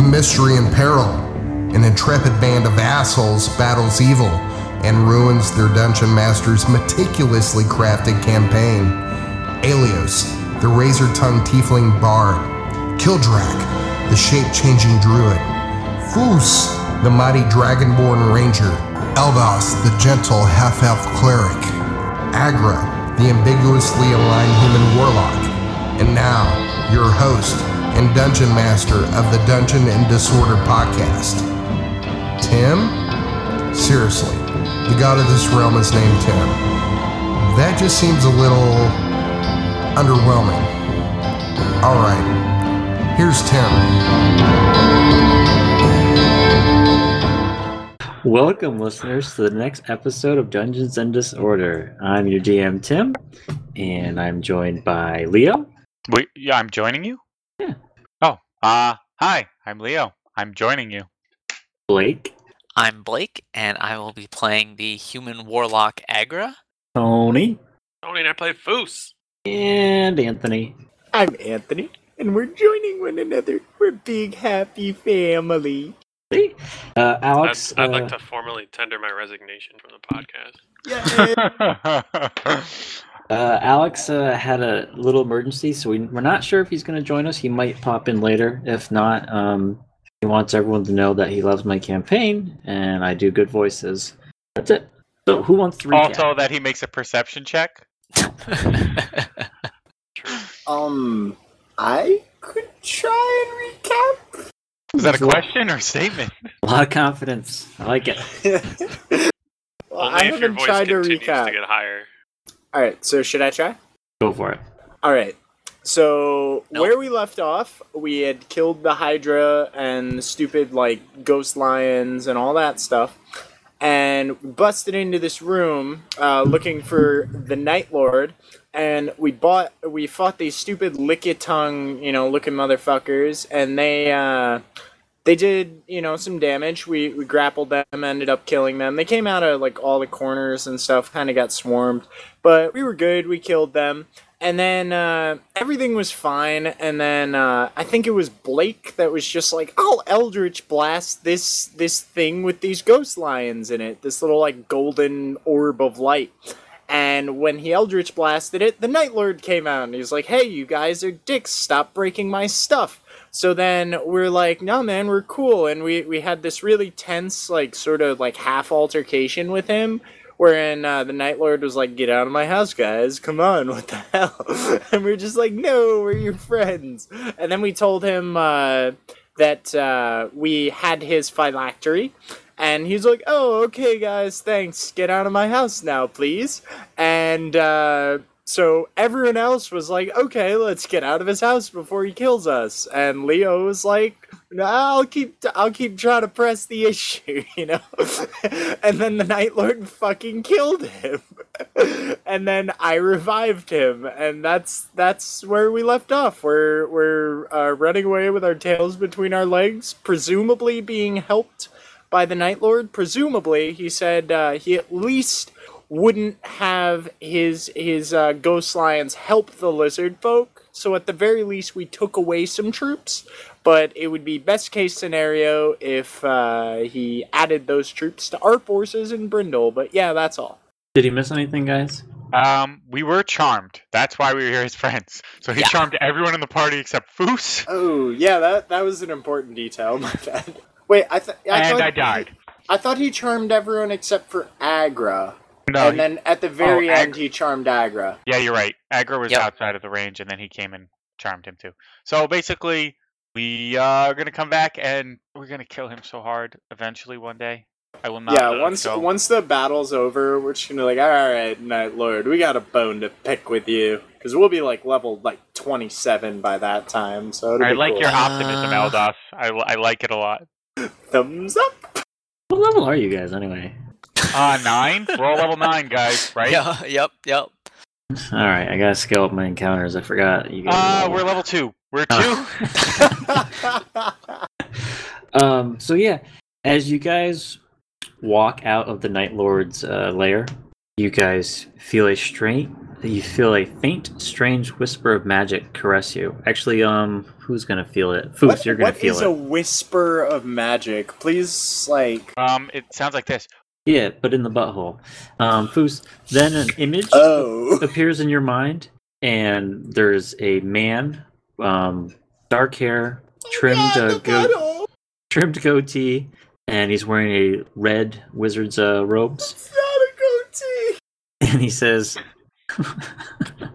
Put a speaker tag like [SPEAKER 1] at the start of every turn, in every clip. [SPEAKER 1] mystery and peril. An intrepid band of assholes battles evil and ruins their dungeon master's meticulously crafted campaign. Alios, the razor tongued tiefling bard. Kildrak, the shape changing druid. Foos, the mighty dragonborn ranger. Eldos, the gentle half elf cleric. Agra, the ambiguously aligned human warlock. And now, your host and dungeon master of the Dungeon and Disorder podcast, Tim? Seriously, the god of this realm is named Tim. That just seems a little underwhelming. Alright, here's Tim.
[SPEAKER 2] Welcome, listeners, to the next episode of Dungeons and Disorder. I'm your DM, Tim, and I'm joined by Leo.
[SPEAKER 3] Wait, yeah, I'm joining you?
[SPEAKER 2] Yeah.
[SPEAKER 3] Oh, uh, hi, I'm Leo. I'm joining you.
[SPEAKER 2] Blake.
[SPEAKER 4] I'm Blake, and I will be playing the human warlock Agra.
[SPEAKER 2] Tony.
[SPEAKER 5] Tony and I play Foos.
[SPEAKER 2] And Anthony.
[SPEAKER 6] I'm Anthony, and we're joining one another. We're big happy family.
[SPEAKER 2] See? Uh,
[SPEAKER 5] I'd,
[SPEAKER 2] Alex.
[SPEAKER 5] I'd
[SPEAKER 2] uh,
[SPEAKER 5] like to formally tender my resignation from the podcast.
[SPEAKER 6] Yeah.
[SPEAKER 2] Uh, Alex uh, had a little emergency, so we, we're not sure if he's going to join us. He might pop in later. If not, um, he wants everyone to know that he loves my campaign and I do good voices. That's it. So, who wants to recap?
[SPEAKER 3] also, that he makes a perception check.
[SPEAKER 6] um, I could try and
[SPEAKER 3] Is that a
[SPEAKER 2] What?
[SPEAKER 3] question or statement?
[SPEAKER 2] a lot of confidence. I like it.
[SPEAKER 6] recap. well,
[SPEAKER 5] Only
[SPEAKER 6] I
[SPEAKER 5] if your
[SPEAKER 6] haven't
[SPEAKER 5] voice
[SPEAKER 6] tried to
[SPEAKER 5] continues to,
[SPEAKER 6] recap.
[SPEAKER 5] get higher.
[SPEAKER 6] All right, so should I try?
[SPEAKER 2] Go for it.
[SPEAKER 6] All right. So
[SPEAKER 4] Nope.
[SPEAKER 6] where we left off, we had killed the Hydra and the stupid like ghost lions and all that stuff, and busted into this room uh, looking for the Night Lord, and we bought we fought these stupid licky tongue you know looking motherfuckers, and they. Uh, they did, you know, some damage. We, we grappled them, ended up killing them. They came out of like all the corners and stuff, kind of got swarmed, but we were good. We killed them, and then uh, everything was fine. And then uh, I think it was Blake that was just like, "I'll Eldritch blast this this thing with these ghost lions in it, this little like golden orb of light." And when he Eldritch blasted it, the Night Lord came out and he's like, "Hey, you guys are dicks. Stop breaking my stuff." So then we're like, "No, man, we're cool." And we we had this really tense, like sort of like half altercation with him, wherein uh, the Night Lord was like, "Get out of my house, guys! Come on, what the hell?" And we are just like, "No, we're your friends." And then we told him uh, that uh, we had his phylactery. And he's like, "Oh, okay, guys, thanks. Get out of my house now, please." And uh, so everyone else was like, "Okay, let's get out of his house before he kills us." And Leo was like, "No, "I'll keep, I'll keep trying to press the issue, you know." and then the Night Lord fucking killed him. and then I revived him, and that's that's where we left off. We're we're uh, running away with our tails between our legs, presumably being helped by the Night Lord. Presumably, he said uh, he at least wouldn't have his his uh, ghost lions help the lizard folk. So at the very least, we took away some troops. But it would be best case scenario if uh, he added those troops to our forces in Brindle. But yeah, that's all.
[SPEAKER 2] Did he miss anything, guys?
[SPEAKER 3] Um, we were charmed. That's why we were his friends. So he
[SPEAKER 4] Yeah.
[SPEAKER 3] charmed everyone in the party except Foos,
[SPEAKER 6] Oh yeah, that that was an important detail. My bad. Wait, I, th- I
[SPEAKER 3] and
[SPEAKER 6] thought
[SPEAKER 3] I died.
[SPEAKER 6] I thought he charmed everyone except for Agra,
[SPEAKER 3] No,
[SPEAKER 6] and then at the very
[SPEAKER 3] oh,
[SPEAKER 6] end
[SPEAKER 3] Agra.
[SPEAKER 6] he charmed Agra.
[SPEAKER 3] yeah, you're right. Agra was
[SPEAKER 4] Yep.
[SPEAKER 3] outside of the range, and then he came and charmed him too. So basically, we uh, are gonna come back and we're gonna kill him so hard eventually one day. I will not.
[SPEAKER 6] yeah,
[SPEAKER 3] let it
[SPEAKER 6] once
[SPEAKER 3] go.
[SPEAKER 6] once the battle's over, we're just gonna be like, all right, Night Lord, we got a bone to pick with you, because we'll be like level like twenty seven by that time. So it'll
[SPEAKER 3] I
[SPEAKER 6] be
[SPEAKER 3] like
[SPEAKER 6] cool.
[SPEAKER 3] your optimism,
[SPEAKER 4] Uh,
[SPEAKER 3] Eldos. I, li- I like it a lot.
[SPEAKER 6] thumbs up.
[SPEAKER 2] What level are you guys anyway?
[SPEAKER 3] Uh,
[SPEAKER 6] Ah,
[SPEAKER 3] nine? We're all level nine, guys, right?
[SPEAKER 4] Yeah, yep, yep.
[SPEAKER 2] All right, I gotta scale up my encounters. I forgot you guys.
[SPEAKER 3] Uh,
[SPEAKER 2] were
[SPEAKER 3] we're level two. We're two?
[SPEAKER 2] Oh. Um, so yeah, as you guys walk out of the Night Lord's uh, lair, you guys feel a strange, You feel a faint, strange whisper of magic caress you. Actually, um, who's gonna feel it? Foos,
[SPEAKER 6] What-
[SPEAKER 2] you're gonna
[SPEAKER 6] what
[SPEAKER 2] feel
[SPEAKER 6] is
[SPEAKER 2] it.
[SPEAKER 6] a whisper of magic? Please, like.
[SPEAKER 3] Um, it sounds like this.
[SPEAKER 2] Yeah, but in the butthole. Um, Foos. Then an image
[SPEAKER 6] Oh.
[SPEAKER 2] appears in your mind, and there's a man, um, dark hair,
[SPEAKER 6] Oh,
[SPEAKER 2] trimmed uh, go- trimmed goatee, and he's wearing a red wizard's uh, robes.
[SPEAKER 6] It's not a goatee.
[SPEAKER 2] and he says, "I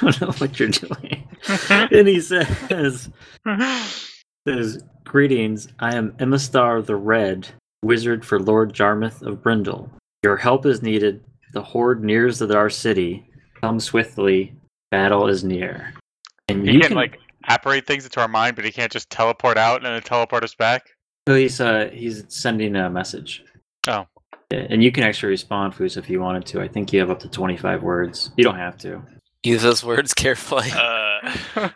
[SPEAKER 2] don't know what you're doing." and he says, "says Greetings, I am Emistar the Red, wizard for Lord Jarmuth of Brindle. Your help is needed. The horde nears to our city. Come swiftly. Battle is near." And
[SPEAKER 3] He
[SPEAKER 2] you
[SPEAKER 3] can,
[SPEAKER 2] can
[SPEAKER 3] like apparate things into our mind, but he can't just teleport out and then teleport us back.
[SPEAKER 2] No, he's uh, he's sending a message.
[SPEAKER 3] Oh.
[SPEAKER 2] Yeah, And you can actually respond, Foos, if you wanted to. I think you have up to 25 words. You don't have to.
[SPEAKER 4] Use those words carefully.
[SPEAKER 5] Uh,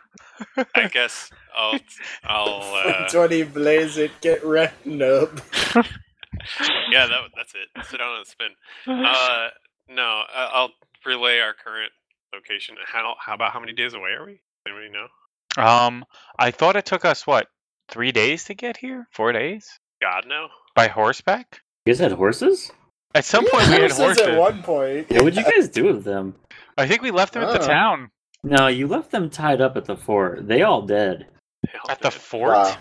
[SPEAKER 5] I guess I'll I'll uh,
[SPEAKER 6] 20 blaze it, get wrapped up.
[SPEAKER 5] yeah that, that's it. Sit down and spin. Uh, no, I- I'll relay our current location. How how about how many days away are we? Anybody know?
[SPEAKER 3] Um, I thought it took us what three days to get here? Four days
[SPEAKER 5] God no.
[SPEAKER 3] by horseback?
[SPEAKER 2] You guys had horses?
[SPEAKER 3] At some point, we had
[SPEAKER 6] horses
[SPEAKER 3] horses.
[SPEAKER 6] at one point.
[SPEAKER 2] Yeah, what'd you guys do with them?
[SPEAKER 3] I think we left them at the
[SPEAKER 6] Oh.
[SPEAKER 3] town.
[SPEAKER 2] No, you left them tied up at the fort. They all dead.
[SPEAKER 5] Hell,
[SPEAKER 3] At the
[SPEAKER 5] dude.
[SPEAKER 3] fort?
[SPEAKER 6] Wow.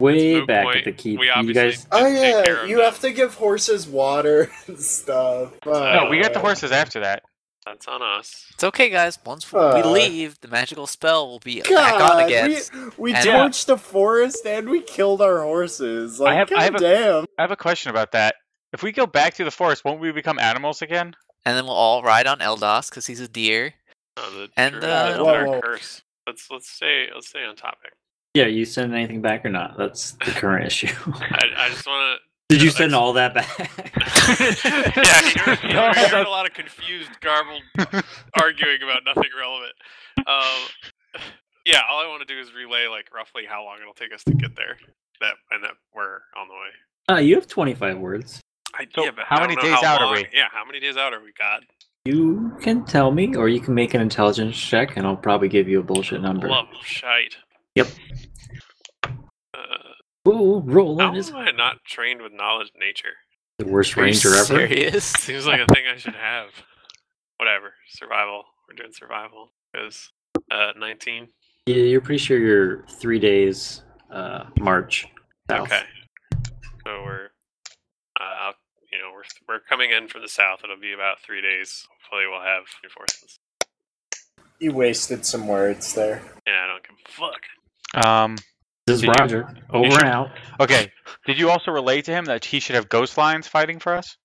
[SPEAKER 2] Way
[SPEAKER 5] moot
[SPEAKER 2] back
[SPEAKER 5] point.
[SPEAKER 2] at the keep.
[SPEAKER 5] We
[SPEAKER 2] You
[SPEAKER 5] obviously-
[SPEAKER 2] guys
[SPEAKER 6] Oh
[SPEAKER 5] Take care
[SPEAKER 6] yeah,
[SPEAKER 5] of
[SPEAKER 6] you
[SPEAKER 5] them.
[SPEAKER 6] have to give horses water and stuff.
[SPEAKER 3] No, we got the
[SPEAKER 6] Uh,
[SPEAKER 3] horses after that.
[SPEAKER 5] that's on us.
[SPEAKER 4] It's okay, guys. Once we
[SPEAKER 6] Uh.
[SPEAKER 4] leave, the magical spell will be back on
[SPEAKER 6] God,
[SPEAKER 4] again.
[SPEAKER 6] we, we
[SPEAKER 4] And-
[SPEAKER 6] torched the forest and we killed our horses. Like,
[SPEAKER 3] have- I have a-
[SPEAKER 6] goddamn.
[SPEAKER 3] I have a question about that. If we go back through the forest, won't we become animals again?
[SPEAKER 4] And then we'll all ride on Eldos because he's a deer.
[SPEAKER 5] Oh, the
[SPEAKER 4] And,
[SPEAKER 5] druid
[SPEAKER 4] uh,
[SPEAKER 5] is
[SPEAKER 6] Whoa,
[SPEAKER 5] our
[SPEAKER 6] whoa.
[SPEAKER 5] curse. Let's let's stay let's stay on topic.
[SPEAKER 2] Yeah, you send anything back or not? That's the current issue.
[SPEAKER 5] I, I just want to.
[SPEAKER 2] Did you
[SPEAKER 5] No,
[SPEAKER 2] send
[SPEAKER 5] that's-
[SPEAKER 2] all that back?
[SPEAKER 5] yeah, you heard, you heard- you heard a lot of confused, garbled arguing about nothing relevant. Um, yeah, all I want to do is relay like roughly how long it'll take us to get there. That and that we're on the way.
[SPEAKER 2] uh, you have 25 words.
[SPEAKER 5] I,
[SPEAKER 3] So,
[SPEAKER 5] yeah, but
[SPEAKER 3] how
[SPEAKER 5] I don't
[SPEAKER 3] many
[SPEAKER 5] know
[SPEAKER 3] days out are
[SPEAKER 5] long-
[SPEAKER 3] we?
[SPEAKER 5] Yeah, how many days out are we? God,
[SPEAKER 2] You can tell me, or you can make an intelligence check, and I'll probably give you a bullshit number.
[SPEAKER 5] love shite.
[SPEAKER 2] Yep.
[SPEAKER 5] Uh,
[SPEAKER 2] Ooh,
[SPEAKER 5] how
[SPEAKER 2] rolling is
[SPEAKER 5] am I not trained with knowledge nature?
[SPEAKER 2] the worst
[SPEAKER 4] Are you
[SPEAKER 2] ranger ever.
[SPEAKER 4] serious?
[SPEAKER 5] Seems like a thing I should have. Whatever. Survival. We're doing survival. Because uh, 19.
[SPEAKER 2] Yeah, you're pretty sure you're three days uh, march. south.
[SPEAKER 5] Okay. So we're, uh, out, you know, we're we're coming in from the south. It'll be about three days. Hopefully, we'll have reinforcements.
[SPEAKER 6] You wasted some words there.
[SPEAKER 5] Yeah, I don't give a fuck.
[SPEAKER 3] Um,
[SPEAKER 2] This is
[SPEAKER 3] Did you-
[SPEAKER 2] Roger. Over
[SPEAKER 3] should-
[SPEAKER 2] and out.
[SPEAKER 3] okay. Did you also relate to him that he should have ghost lions fighting for us?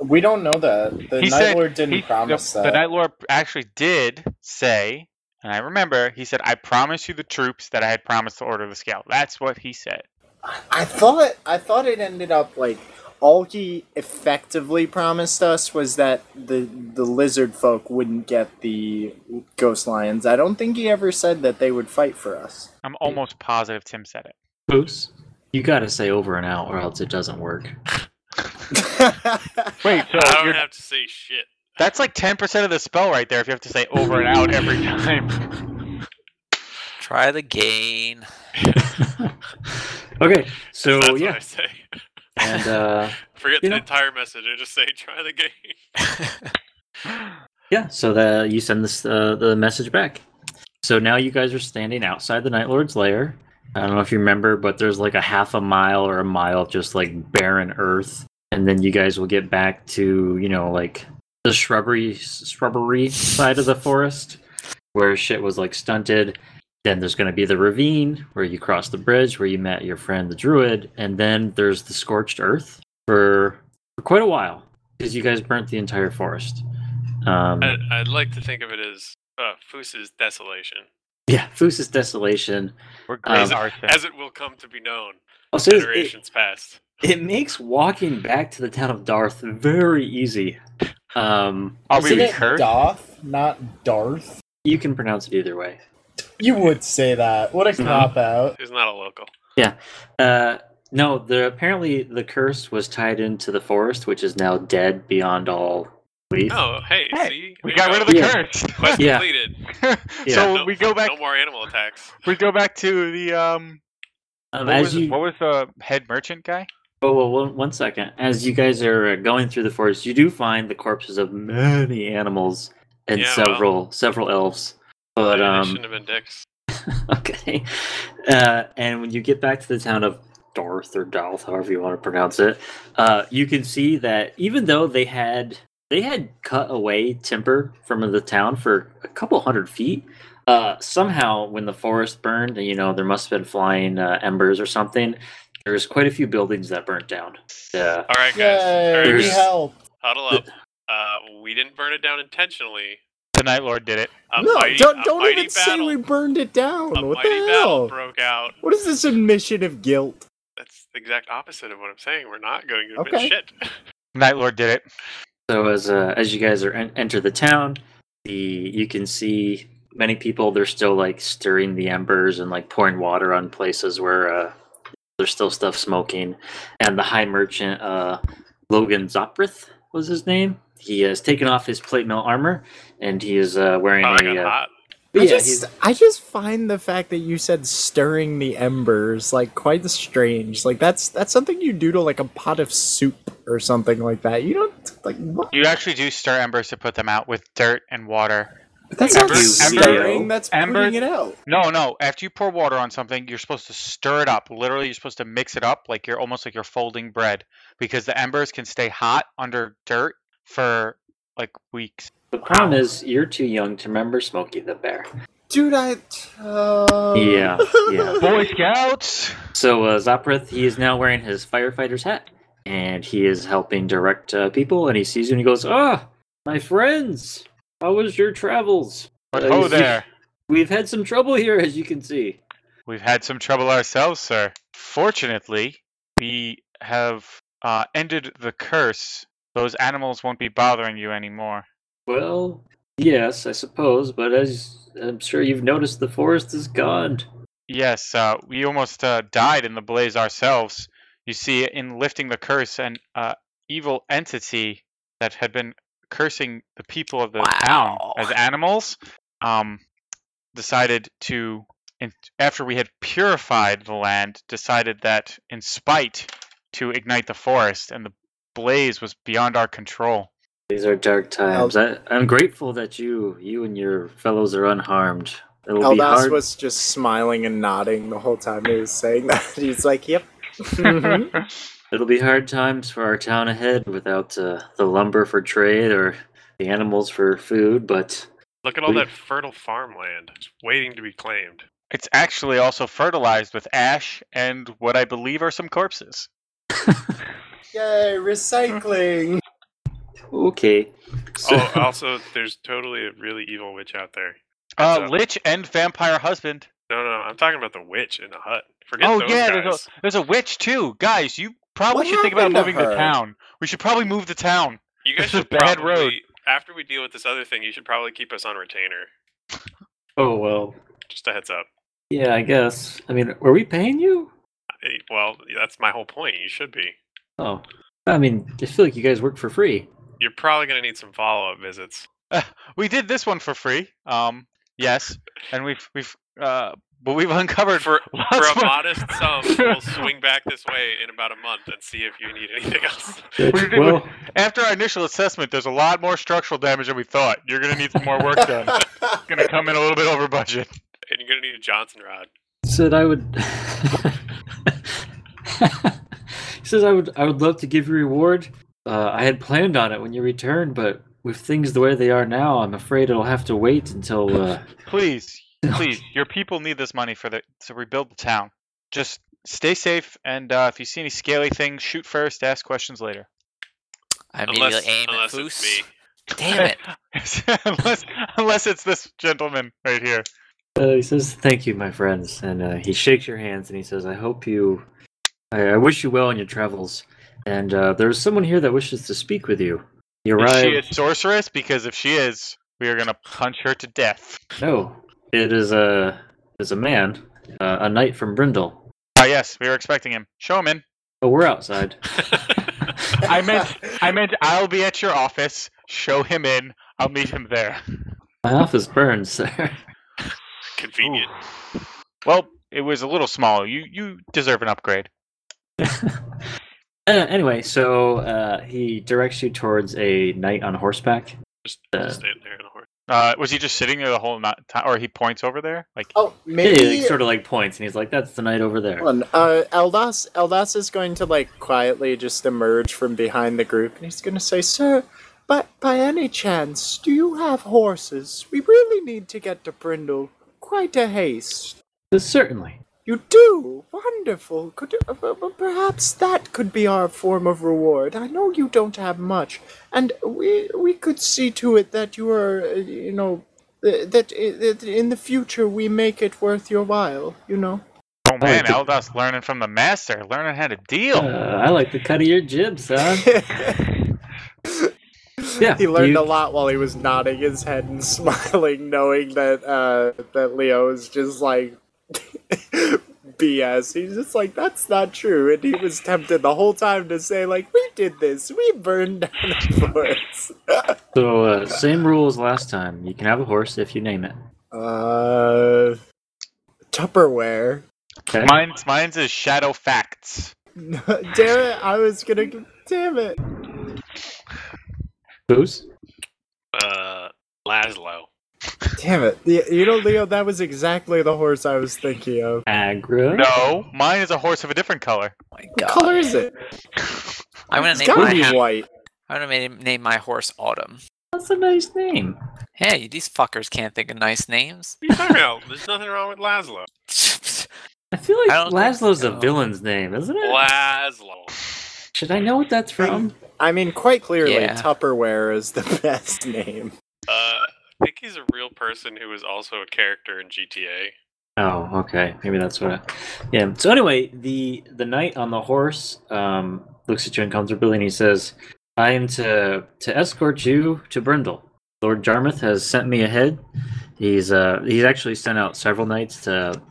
[SPEAKER 6] We don't know that. The
[SPEAKER 3] He
[SPEAKER 6] Night
[SPEAKER 3] said-
[SPEAKER 6] Lord didn't
[SPEAKER 3] He- the-
[SPEAKER 6] promise
[SPEAKER 3] the,
[SPEAKER 6] that.
[SPEAKER 3] Night Lord actually did say, and I remember, he said, I promise you the troops that I had promised to order the scout. That's what he said.
[SPEAKER 6] I thought I thought it ended up like all he effectively promised us was that the the lizard folk wouldn't get the ghost lions. I don't think he ever said that they would fight for us.
[SPEAKER 3] I'm almost positive Tim said it.
[SPEAKER 2] Boos, you gotta say over and out, or else it doesn't work.
[SPEAKER 3] Wait, so
[SPEAKER 5] I don't
[SPEAKER 3] you're-
[SPEAKER 5] have to say shit.
[SPEAKER 3] that's like 10% of the spell right there if you have to say over and out every time.
[SPEAKER 4] Try the gain.
[SPEAKER 2] okay, so
[SPEAKER 5] That's what
[SPEAKER 2] yeah,
[SPEAKER 5] I say.
[SPEAKER 2] and uh,
[SPEAKER 5] Forget
[SPEAKER 2] You
[SPEAKER 5] the
[SPEAKER 2] know-
[SPEAKER 5] entire message. I just say try the game.
[SPEAKER 2] yeah, so that you send this uh, the message back. So now you guys are standing outside the Night Lord's lair. I don't know if you remember, but there's like a half a mile or a mile of just like barren earth, and then you guys will get back to you know like the shrubbery shrubbery side of the forest where shit was like stunted. Then there's going to be the ravine where you cross the bridge where you met your friend the druid, and then there's the scorched earth for, for quite a while because you guys burnt the entire forest. Um,
[SPEAKER 5] I, I'd like to think of it as uh, Foos's desolation,
[SPEAKER 2] yeah, Fusa's desolation.
[SPEAKER 3] We're
[SPEAKER 2] Um,
[SPEAKER 3] great arson.
[SPEAKER 5] as it will come to be known
[SPEAKER 2] Also, it,
[SPEAKER 5] generations past.
[SPEAKER 2] it makes walking back to the town of Darth very easy. Um,
[SPEAKER 3] Are
[SPEAKER 6] Isn't
[SPEAKER 3] we
[SPEAKER 6] it
[SPEAKER 3] cursed?
[SPEAKER 6] Doth, not Darth?
[SPEAKER 2] you can pronounce it either way.
[SPEAKER 6] You would say that. What a
[SPEAKER 2] Mhm.
[SPEAKER 6] cop out.
[SPEAKER 5] Who's not a local?
[SPEAKER 2] Uh, no, the apparently the curse was tied into the forest, which is now dead beyond all Sweet.
[SPEAKER 5] Oh, hey,
[SPEAKER 3] Hey,
[SPEAKER 5] see,
[SPEAKER 3] We
[SPEAKER 5] There
[SPEAKER 3] got
[SPEAKER 5] you
[SPEAKER 3] rid of
[SPEAKER 5] go.
[SPEAKER 3] the
[SPEAKER 2] Yeah.
[SPEAKER 3] curse.
[SPEAKER 5] quest
[SPEAKER 2] Yeah.
[SPEAKER 5] completed.
[SPEAKER 2] Yeah.
[SPEAKER 3] So
[SPEAKER 5] No-
[SPEAKER 3] we go back.
[SPEAKER 5] No more animal attacks.
[SPEAKER 3] We go back to the um.
[SPEAKER 2] Um,
[SPEAKER 3] What
[SPEAKER 2] as
[SPEAKER 3] was,
[SPEAKER 2] you,
[SPEAKER 3] what was the head merchant guy?
[SPEAKER 2] oh, well, one, one second. As you guys are uh, going through the forest, you do find the corpses of many animals and
[SPEAKER 5] Yeah, well.
[SPEAKER 2] several several elves. But
[SPEAKER 5] They
[SPEAKER 2] um,
[SPEAKER 5] shouldn't have been dicks.
[SPEAKER 2] okay. Uh, and when you get back to the town of Darth or Dalth, however you want to pronounce it, uh, you can see that even though they had they had cut away timber from the town for a couple hundred feet, uh, somehow when the forest burned, you know there must have been flying uh, embers or something. There was quite a few buildings that burnt down. Yeah.
[SPEAKER 5] All right, guys. All
[SPEAKER 6] Yay,
[SPEAKER 5] right,
[SPEAKER 6] we
[SPEAKER 2] There's-
[SPEAKER 6] help.
[SPEAKER 5] huddle up. Uh, we didn't burn it down intentionally.
[SPEAKER 3] The Night Lord did it.
[SPEAKER 5] A
[SPEAKER 6] no,
[SPEAKER 5] mighty,
[SPEAKER 6] don't
[SPEAKER 5] a
[SPEAKER 6] don't
[SPEAKER 5] mighty
[SPEAKER 6] even say
[SPEAKER 5] battle,
[SPEAKER 6] we burned it down.
[SPEAKER 5] a
[SPEAKER 6] what
[SPEAKER 5] mighty
[SPEAKER 6] the
[SPEAKER 5] battle
[SPEAKER 6] hell?
[SPEAKER 5] broke out.
[SPEAKER 6] What is this admission of guilt?
[SPEAKER 5] That's the exact opposite of what I'm saying. We're not going to admit
[SPEAKER 6] Okay.
[SPEAKER 5] shit.
[SPEAKER 3] Night Lord did it.
[SPEAKER 2] So as uh, as you guys are en- enter the town, the you can see many people. They're still like stirring the embers and like pouring water on places where uh, there's still stuff smoking. And the high merchant uh, Logan Zoprith was his name. He has taken off his plate mail armor and he is uh, wearing
[SPEAKER 5] Oh, I got
[SPEAKER 2] a. Uh,
[SPEAKER 5] hot.
[SPEAKER 6] I
[SPEAKER 2] yeah,
[SPEAKER 6] just
[SPEAKER 2] he's-
[SPEAKER 6] I just find the fact that you said stirring the embers like quite strange. Like that's that's something you do to like a pot of soup or something like that. You don't like what?
[SPEAKER 3] You actually do stir embers to put them out with dirt and water.
[SPEAKER 6] That's not
[SPEAKER 5] Embers-
[SPEAKER 6] stirring.
[SPEAKER 2] embers-
[SPEAKER 6] That's
[SPEAKER 3] embers-
[SPEAKER 6] putting it out.
[SPEAKER 3] No, no. After you pour water on something, you're supposed to stir it up. Literally, you're supposed to mix it up like you're almost like you're folding bread because the embers can stay hot under dirt for like weeks.
[SPEAKER 2] the problem is you're too young to remember Smokey the Bear.
[SPEAKER 6] Dude, I. Uh...
[SPEAKER 2] Yeah, yeah.
[SPEAKER 3] Boy Scouts.
[SPEAKER 2] So uh, Zoprith, he is now wearing his firefighter's hat, and he is helping direct uh, people. And he sees you, and he goes, "Ah, my friends, how was your travels?
[SPEAKER 3] But
[SPEAKER 2] Uh,
[SPEAKER 3] ho
[SPEAKER 2] you-
[SPEAKER 3] Oh, there.
[SPEAKER 2] We've had some trouble here, as you can see."
[SPEAKER 3] We've had some trouble ourselves, sir. Fortunately, we have uh, ended the curse. Those animals won't be bothering you anymore.
[SPEAKER 2] Well, yes, I suppose, but as I'm sure you've noticed, the forest is gone.
[SPEAKER 3] Yes, uh, we almost uh, died in the blaze ourselves. You see, in lifting the curse, an uh, evil entity that had been cursing the people of the town
[SPEAKER 4] Wow.
[SPEAKER 3] as animals um, decided to, in, after we had purified the land, decided that in spite to ignite the forest, and the blaze was beyond our control.
[SPEAKER 2] These are dark times. I, I'm grateful that you, you and your fellows, are unharmed. It'll be
[SPEAKER 6] Eldas
[SPEAKER 2] hard.
[SPEAKER 6] was just smiling and nodding the whole time he was saying that. He's like, "Yep."
[SPEAKER 3] Mm-hmm.
[SPEAKER 6] Mhm.
[SPEAKER 2] It'll be hard times for our town ahead without uh, the lumber for trade or the animals for food, but
[SPEAKER 5] Look at all
[SPEAKER 2] We-
[SPEAKER 5] that fertile farmland. It's waiting to be claimed.
[SPEAKER 3] It's actually also fertilized with ash and what I believe are some corpses.
[SPEAKER 6] Yay, recycling.
[SPEAKER 2] okay. So,
[SPEAKER 5] Oh, also, there's totally a really evil witch out there. Heads
[SPEAKER 3] Uh,
[SPEAKER 5] up.
[SPEAKER 3] lich and vampire husband.
[SPEAKER 5] No, no, I'm talking about the witch in the hut. Forget
[SPEAKER 3] oh
[SPEAKER 5] those
[SPEAKER 3] yeah,
[SPEAKER 5] guys.
[SPEAKER 3] there's a there's a witch too, guys. You probably
[SPEAKER 6] What
[SPEAKER 3] should think about
[SPEAKER 6] happened to
[SPEAKER 3] moving the
[SPEAKER 6] her?
[SPEAKER 3] town. We should probably move the town.
[SPEAKER 5] You guys
[SPEAKER 3] this is
[SPEAKER 5] should
[SPEAKER 3] a bad
[SPEAKER 5] probably,
[SPEAKER 3] road.
[SPEAKER 5] after we deal with this other thing, you should probably keep us on retainer.
[SPEAKER 2] oh well.
[SPEAKER 5] Just a heads up.
[SPEAKER 2] Yeah, I guess. I mean, were we paying you?
[SPEAKER 5] Eh, Well, that's my whole point. You should be.
[SPEAKER 2] Oh, I mean, I feel like you guys work for free.
[SPEAKER 5] You're probably gonna need some follow-up visits.
[SPEAKER 3] We did this one for free. Um, yes, and we've we've uh, but we've uncovered
[SPEAKER 5] For for
[SPEAKER 3] lots
[SPEAKER 5] a
[SPEAKER 3] more-
[SPEAKER 5] modest sum, we'll swing back this way in about a month and see if you need anything else.
[SPEAKER 3] We did-
[SPEAKER 2] well,
[SPEAKER 3] After our initial assessment, there's a lot more structural damage than we thought. You're gonna need some more work done. It's gonna come in a little bit over budget.
[SPEAKER 5] And you're gonna need a Johnson rod.
[SPEAKER 2] said I would. he says I would. I would love to give you a reward. Uh, I had planned on it when you returned, but with things the way they are now, I'm afraid it'll have to wait until. Uh,
[SPEAKER 3] Please, please, your people need this money for the to rebuild the town. Just stay safe, and uh, if you see any scaly things, shoot first, ask questions later.
[SPEAKER 4] I immediately
[SPEAKER 5] Unless,
[SPEAKER 4] aim
[SPEAKER 5] unless
[SPEAKER 4] at
[SPEAKER 5] it's
[SPEAKER 4] Foose.
[SPEAKER 5] me.
[SPEAKER 4] Damn it. Oh
[SPEAKER 3] unless, unless it's this gentleman right here.
[SPEAKER 2] uh, he says thank you, my friends, and uh, he shakes your hands and he says, "I hope you. I, I wish you well on your travels." And uh, there's someone here that wishes to speak with you. You
[SPEAKER 3] Is
[SPEAKER 2] arrive.
[SPEAKER 3] she a sorceress? Because if she is, we are gonna punch her to death.
[SPEAKER 2] No, it is a is a man, uh, a knight from Brindle. Oh,
[SPEAKER 3] Ah, yes, we were expecting him. Show him in.
[SPEAKER 2] But we're outside.
[SPEAKER 3] I meant, I meant, I'll be at your office. Show him in. I'll meet him there.
[SPEAKER 2] My office burns, sir.
[SPEAKER 5] Convenient.
[SPEAKER 3] Well, it was a little small. You you deserve an upgrade.
[SPEAKER 2] Uh, anyway, so uh, he directs you towards a knight on horseback.
[SPEAKER 5] Just
[SPEAKER 2] Uh,
[SPEAKER 5] stand there and horse.
[SPEAKER 3] Uh, was he just sitting there the whole night, or he points over there? Like,
[SPEAKER 6] Oh,
[SPEAKER 2] He
[SPEAKER 6] maybe.
[SPEAKER 2] like, sort of like points, and he's like, "That's the knight over there."
[SPEAKER 6] Hold on, Uh, Eldas, Eldas is going to like quietly just emerge from behind the group, and he's going to say, "Sir, but by any chance, do you have horses? We really need to get to Brindle. Quite a haste."
[SPEAKER 2] Certainly.
[SPEAKER 6] You do? Wonderful. Could uh, uh, uh, perhaps that could be our form of reward. I know you don't have much, and we we could see to it that you are, uh, you know, uh, that, uh, that in the future we make it worth your while. You know.
[SPEAKER 3] oh man,
[SPEAKER 2] the-
[SPEAKER 3] Eldas learning from the master, learning how to deal.
[SPEAKER 2] Uh, I like the cut of your jibs, huh? yeah.
[SPEAKER 6] He
[SPEAKER 2] do
[SPEAKER 6] learned
[SPEAKER 2] you-
[SPEAKER 6] a lot while he was nodding his head and smiling, knowing that uh, that Leo is just like BS. He's just like, that's not true, and he was tempted the whole time to say like, we did this, we burned down the forest.
[SPEAKER 2] So uh, same rule as last time. You can have a horse if you name it.
[SPEAKER 6] Uh, Tupperware.
[SPEAKER 2] Okay.
[SPEAKER 3] Mine's mine's is shadow facts.
[SPEAKER 6] damn it! I was gonna. Damn it!
[SPEAKER 2] Booze?
[SPEAKER 5] Uh, Laszlo.
[SPEAKER 6] Damn it! Y- You know, Leo, that was exactly the horse I was thinking of.
[SPEAKER 2] Aggro.
[SPEAKER 3] No, mine is a horse of a different color.
[SPEAKER 4] Oh my
[SPEAKER 6] What
[SPEAKER 4] God.
[SPEAKER 6] color is it?
[SPEAKER 4] I'm gonna
[SPEAKER 6] It's
[SPEAKER 4] name
[SPEAKER 6] gotta
[SPEAKER 4] my
[SPEAKER 6] be
[SPEAKER 4] ha-
[SPEAKER 6] white.
[SPEAKER 4] I'm gonna name, name my horse Autumn.
[SPEAKER 2] That's a nice name.
[SPEAKER 4] Hey, these fuckers can't think of nice names.
[SPEAKER 5] What are you talking about? There's nothing wrong with Laszlo.
[SPEAKER 2] I feel like
[SPEAKER 4] I don't think
[SPEAKER 2] Laszlo's a
[SPEAKER 4] so.
[SPEAKER 2] villain's name, isn't it?
[SPEAKER 5] Laszlo.
[SPEAKER 2] Should I know what that's from?
[SPEAKER 6] I mean, quite clearly,
[SPEAKER 4] Yeah.
[SPEAKER 6] Tupperware is the best name.
[SPEAKER 5] Uh, I think he's a real person who is also a character in GTA.
[SPEAKER 2] Oh, okay. Maybe that's what. I... Yeah. So anyway, the the knight on the horse um, looks at you uncomfortably, and he says, "I am to to escort you to Brindle. Lord Jarmuth has sent me ahead. He's uh he's actually sent out several knights to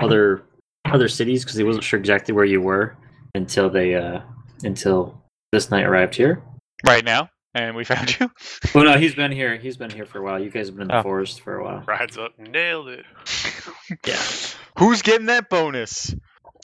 [SPEAKER 2] other other cities because he wasn't sure exactly where you were until they uh until this knight arrived here.
[SPEAKER 3] Right now, and we found you.
[SPEAKER 2] Well, no, he's been here. He's been here for a while. You guys have been in the
[SPEAKER 3] Oh.
[SPEAKER 2] forest for a while.
[SPEAKER 5] Rides up, nailed it.
[SPEAKER 2] Yeah.
[SPEAKER 3] Who's getting that bonus?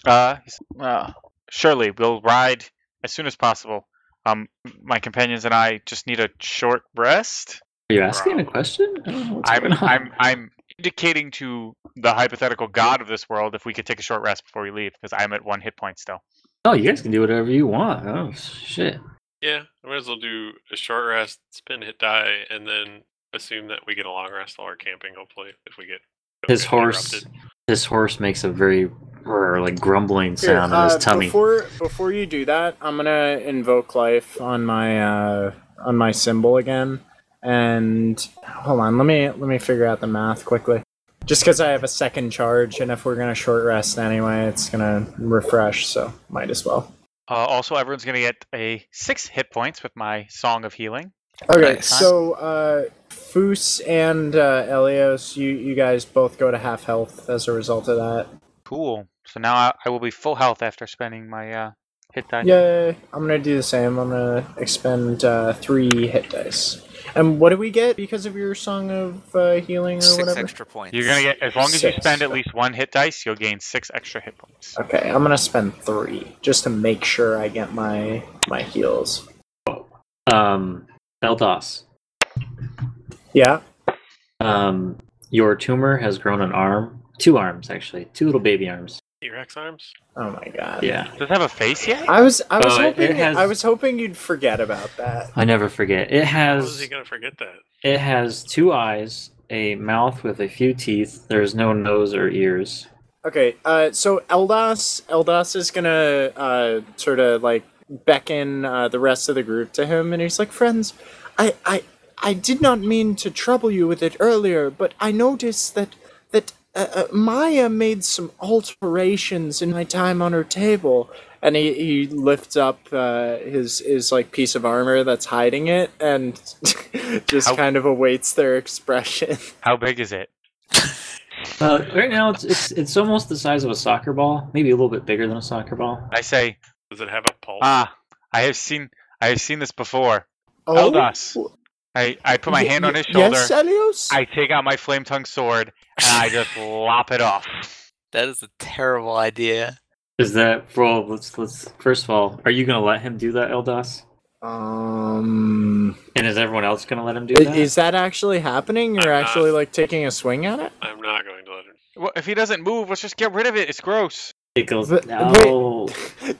[SPEAKER 3] Uh, he's- uh, surely we'll ride as soon as possible. Um, my companions and I just need a short rest.
[SPEAKER 2] Are you asking a question? I don't know what's
[SPEAKER 3] I'm,
[SPEAKER 2] going on.
[SPEAKER 3] I'm, I'm indicating to the hypothetical god of this world if we could take a short rest before we leave, because I'm at one hit point still.
[SPEAKER 2] Oh, you guys can do whatever you want. Oh shit.
[SPEAKER 5] Yeah, I might as well do a short rest, spin hit die, and then assume that we get a long rest while we're camping. Hopefully, if we get don't
[SPEAKER 2] His
[SPEAKER 5] get
[SPEAKER 2] horse-
[SPEAKER 5] interrupted.
[SPEAKER 2] This horse makes a very rrr, like grumbling
[SPEAKER 6] Here,
[SPEAKER 2] sound in his
[SPEAKER 6] uh,
[SPEAKER 2] tummy.
[SPEAKER 6] Before before you do that, I'm gonna invoke life on my uh, on my symbol again. And hold on, let me let me figure out the math quickly. Just because I have a second charge, and if we're gonna short rest anyway, it's gonna refresh, so might as well.
[SPEAKER 3] Uh, also, everyone's gonna get a six hit points with my song of healing.
[SPEAKER 6] Okay,
[SPEAKER 4] Nice.
[SPEAKER 6] so uh, Foos and uh, Elios, you you guys both go to half health as a result of that.
[SPEAKER 3] Cool. So now I, I will be full health after spending my uh, hit die.
[SPEAKER 6] Yay! I'm gonna do the same. I'm gonna expend uh, three hit dice. And what do we get because of your song of uh, healing or
[SPEAKER 4] Six
[SPEAKER 6] whatever?
[SPEAKER 4] extra points.
[SPEAKER 3] You're gonna get as long as you
[SPEAKER 6] Six.
[SPEAKER 3] spend at least one hit dice, you'll gain six extra hit points.
[SPEAKER 6] Okay, I'm gonna spend three just to make sure I get my my heals.
[SPEAKER 2] Um, Eldos,
[SPEAKER 6] Yeah.
[SPEAKER 2] um, your tumor has grown an arm, two arms actually, two little baby arms.
[SPEAKER 5] T-Rex arms.
[SPEAKER 6] Oh my god.
[SPEAKER 2] Yeah,
[SPEAKER 3] Does it have a face yet?
[SPEAKER 6] I was I was
[SPEAKER 2] Oh, it-
[SPEAKER 6] hoping
[SPEAKER 2] it has-
[SPEAKER 6] I was hoping you'd forget about that.
[SPEAKER 2] I never forget. It
[SPEAKER 5] How is
[SPEAKER 2] has
[SPEAKER 5] he gonna forget that?
[SPEAKER 2] it has two eyes, a mouth with a few teeth. There's no nose or ears.
[SPEAKER 6] Okay, uh, so Eldas, Eldas is gonna uh, sort of like beckon uh, the rest of the group to him, and he's like, "Friends, I, I, I did not mean to trouble you with it earlier, but I noticed that that uh, uh, Maya made some alterations in my time on her table." And he, he lifts up uh, his his like piece of armor that's hiding it, and just
[SPEAKER 3] How-
[SPEAKER 6] kind of awaits their expression.
[SPEAKER 3] How big is it?
[SPEAKER 2] Uh, right now, it's, it's it's almost the size of a soccer ball, maybe a little bit bigger than a soccer ball.
[SPEAKER 3] I say,
[SPEAKER 5] Does it have a pulse?
[SPEAKER 3] ah, I have seen, I've seen this before.
[SPEAKER 6] Oh,
[SPEAKER 3] Eldas. I, I put my
[SPEAKER 6] y-
[SPEAKER 3] hand on
[SPEAKER 6] y-
[SPEAKER 3] his shoulder.
[SPEAKER 6] Yes, Elios?
[SPEAKER 3] I take out my flame tongue sword and I just lop it off.
[SPEAKER 4] That is a terrible idea.
[SPEAKER 2] Is that well? Let's let's first of all, are you gonna let him do that, Eldas?
[SPEAKER 6] Um,
[SPEAKER 2] And is everyone else gonna let him do
[SPEAKER 6] i-
[SPEAKER 2] that?
[SPEAKER 6] is that actually happening? You're
[SPEAKER 5] I'm not.
[SPEAKER 6] actually like taking a swing at it?
[SPEAKER 5] I'm not going to let him.
[SPEAKER 3] Well, if he doesn't move, let's just get rid of it. It's gross.
[SPEAKER 2] It goes
[SPEAKER 6] But-
[SPEAKER 2] no.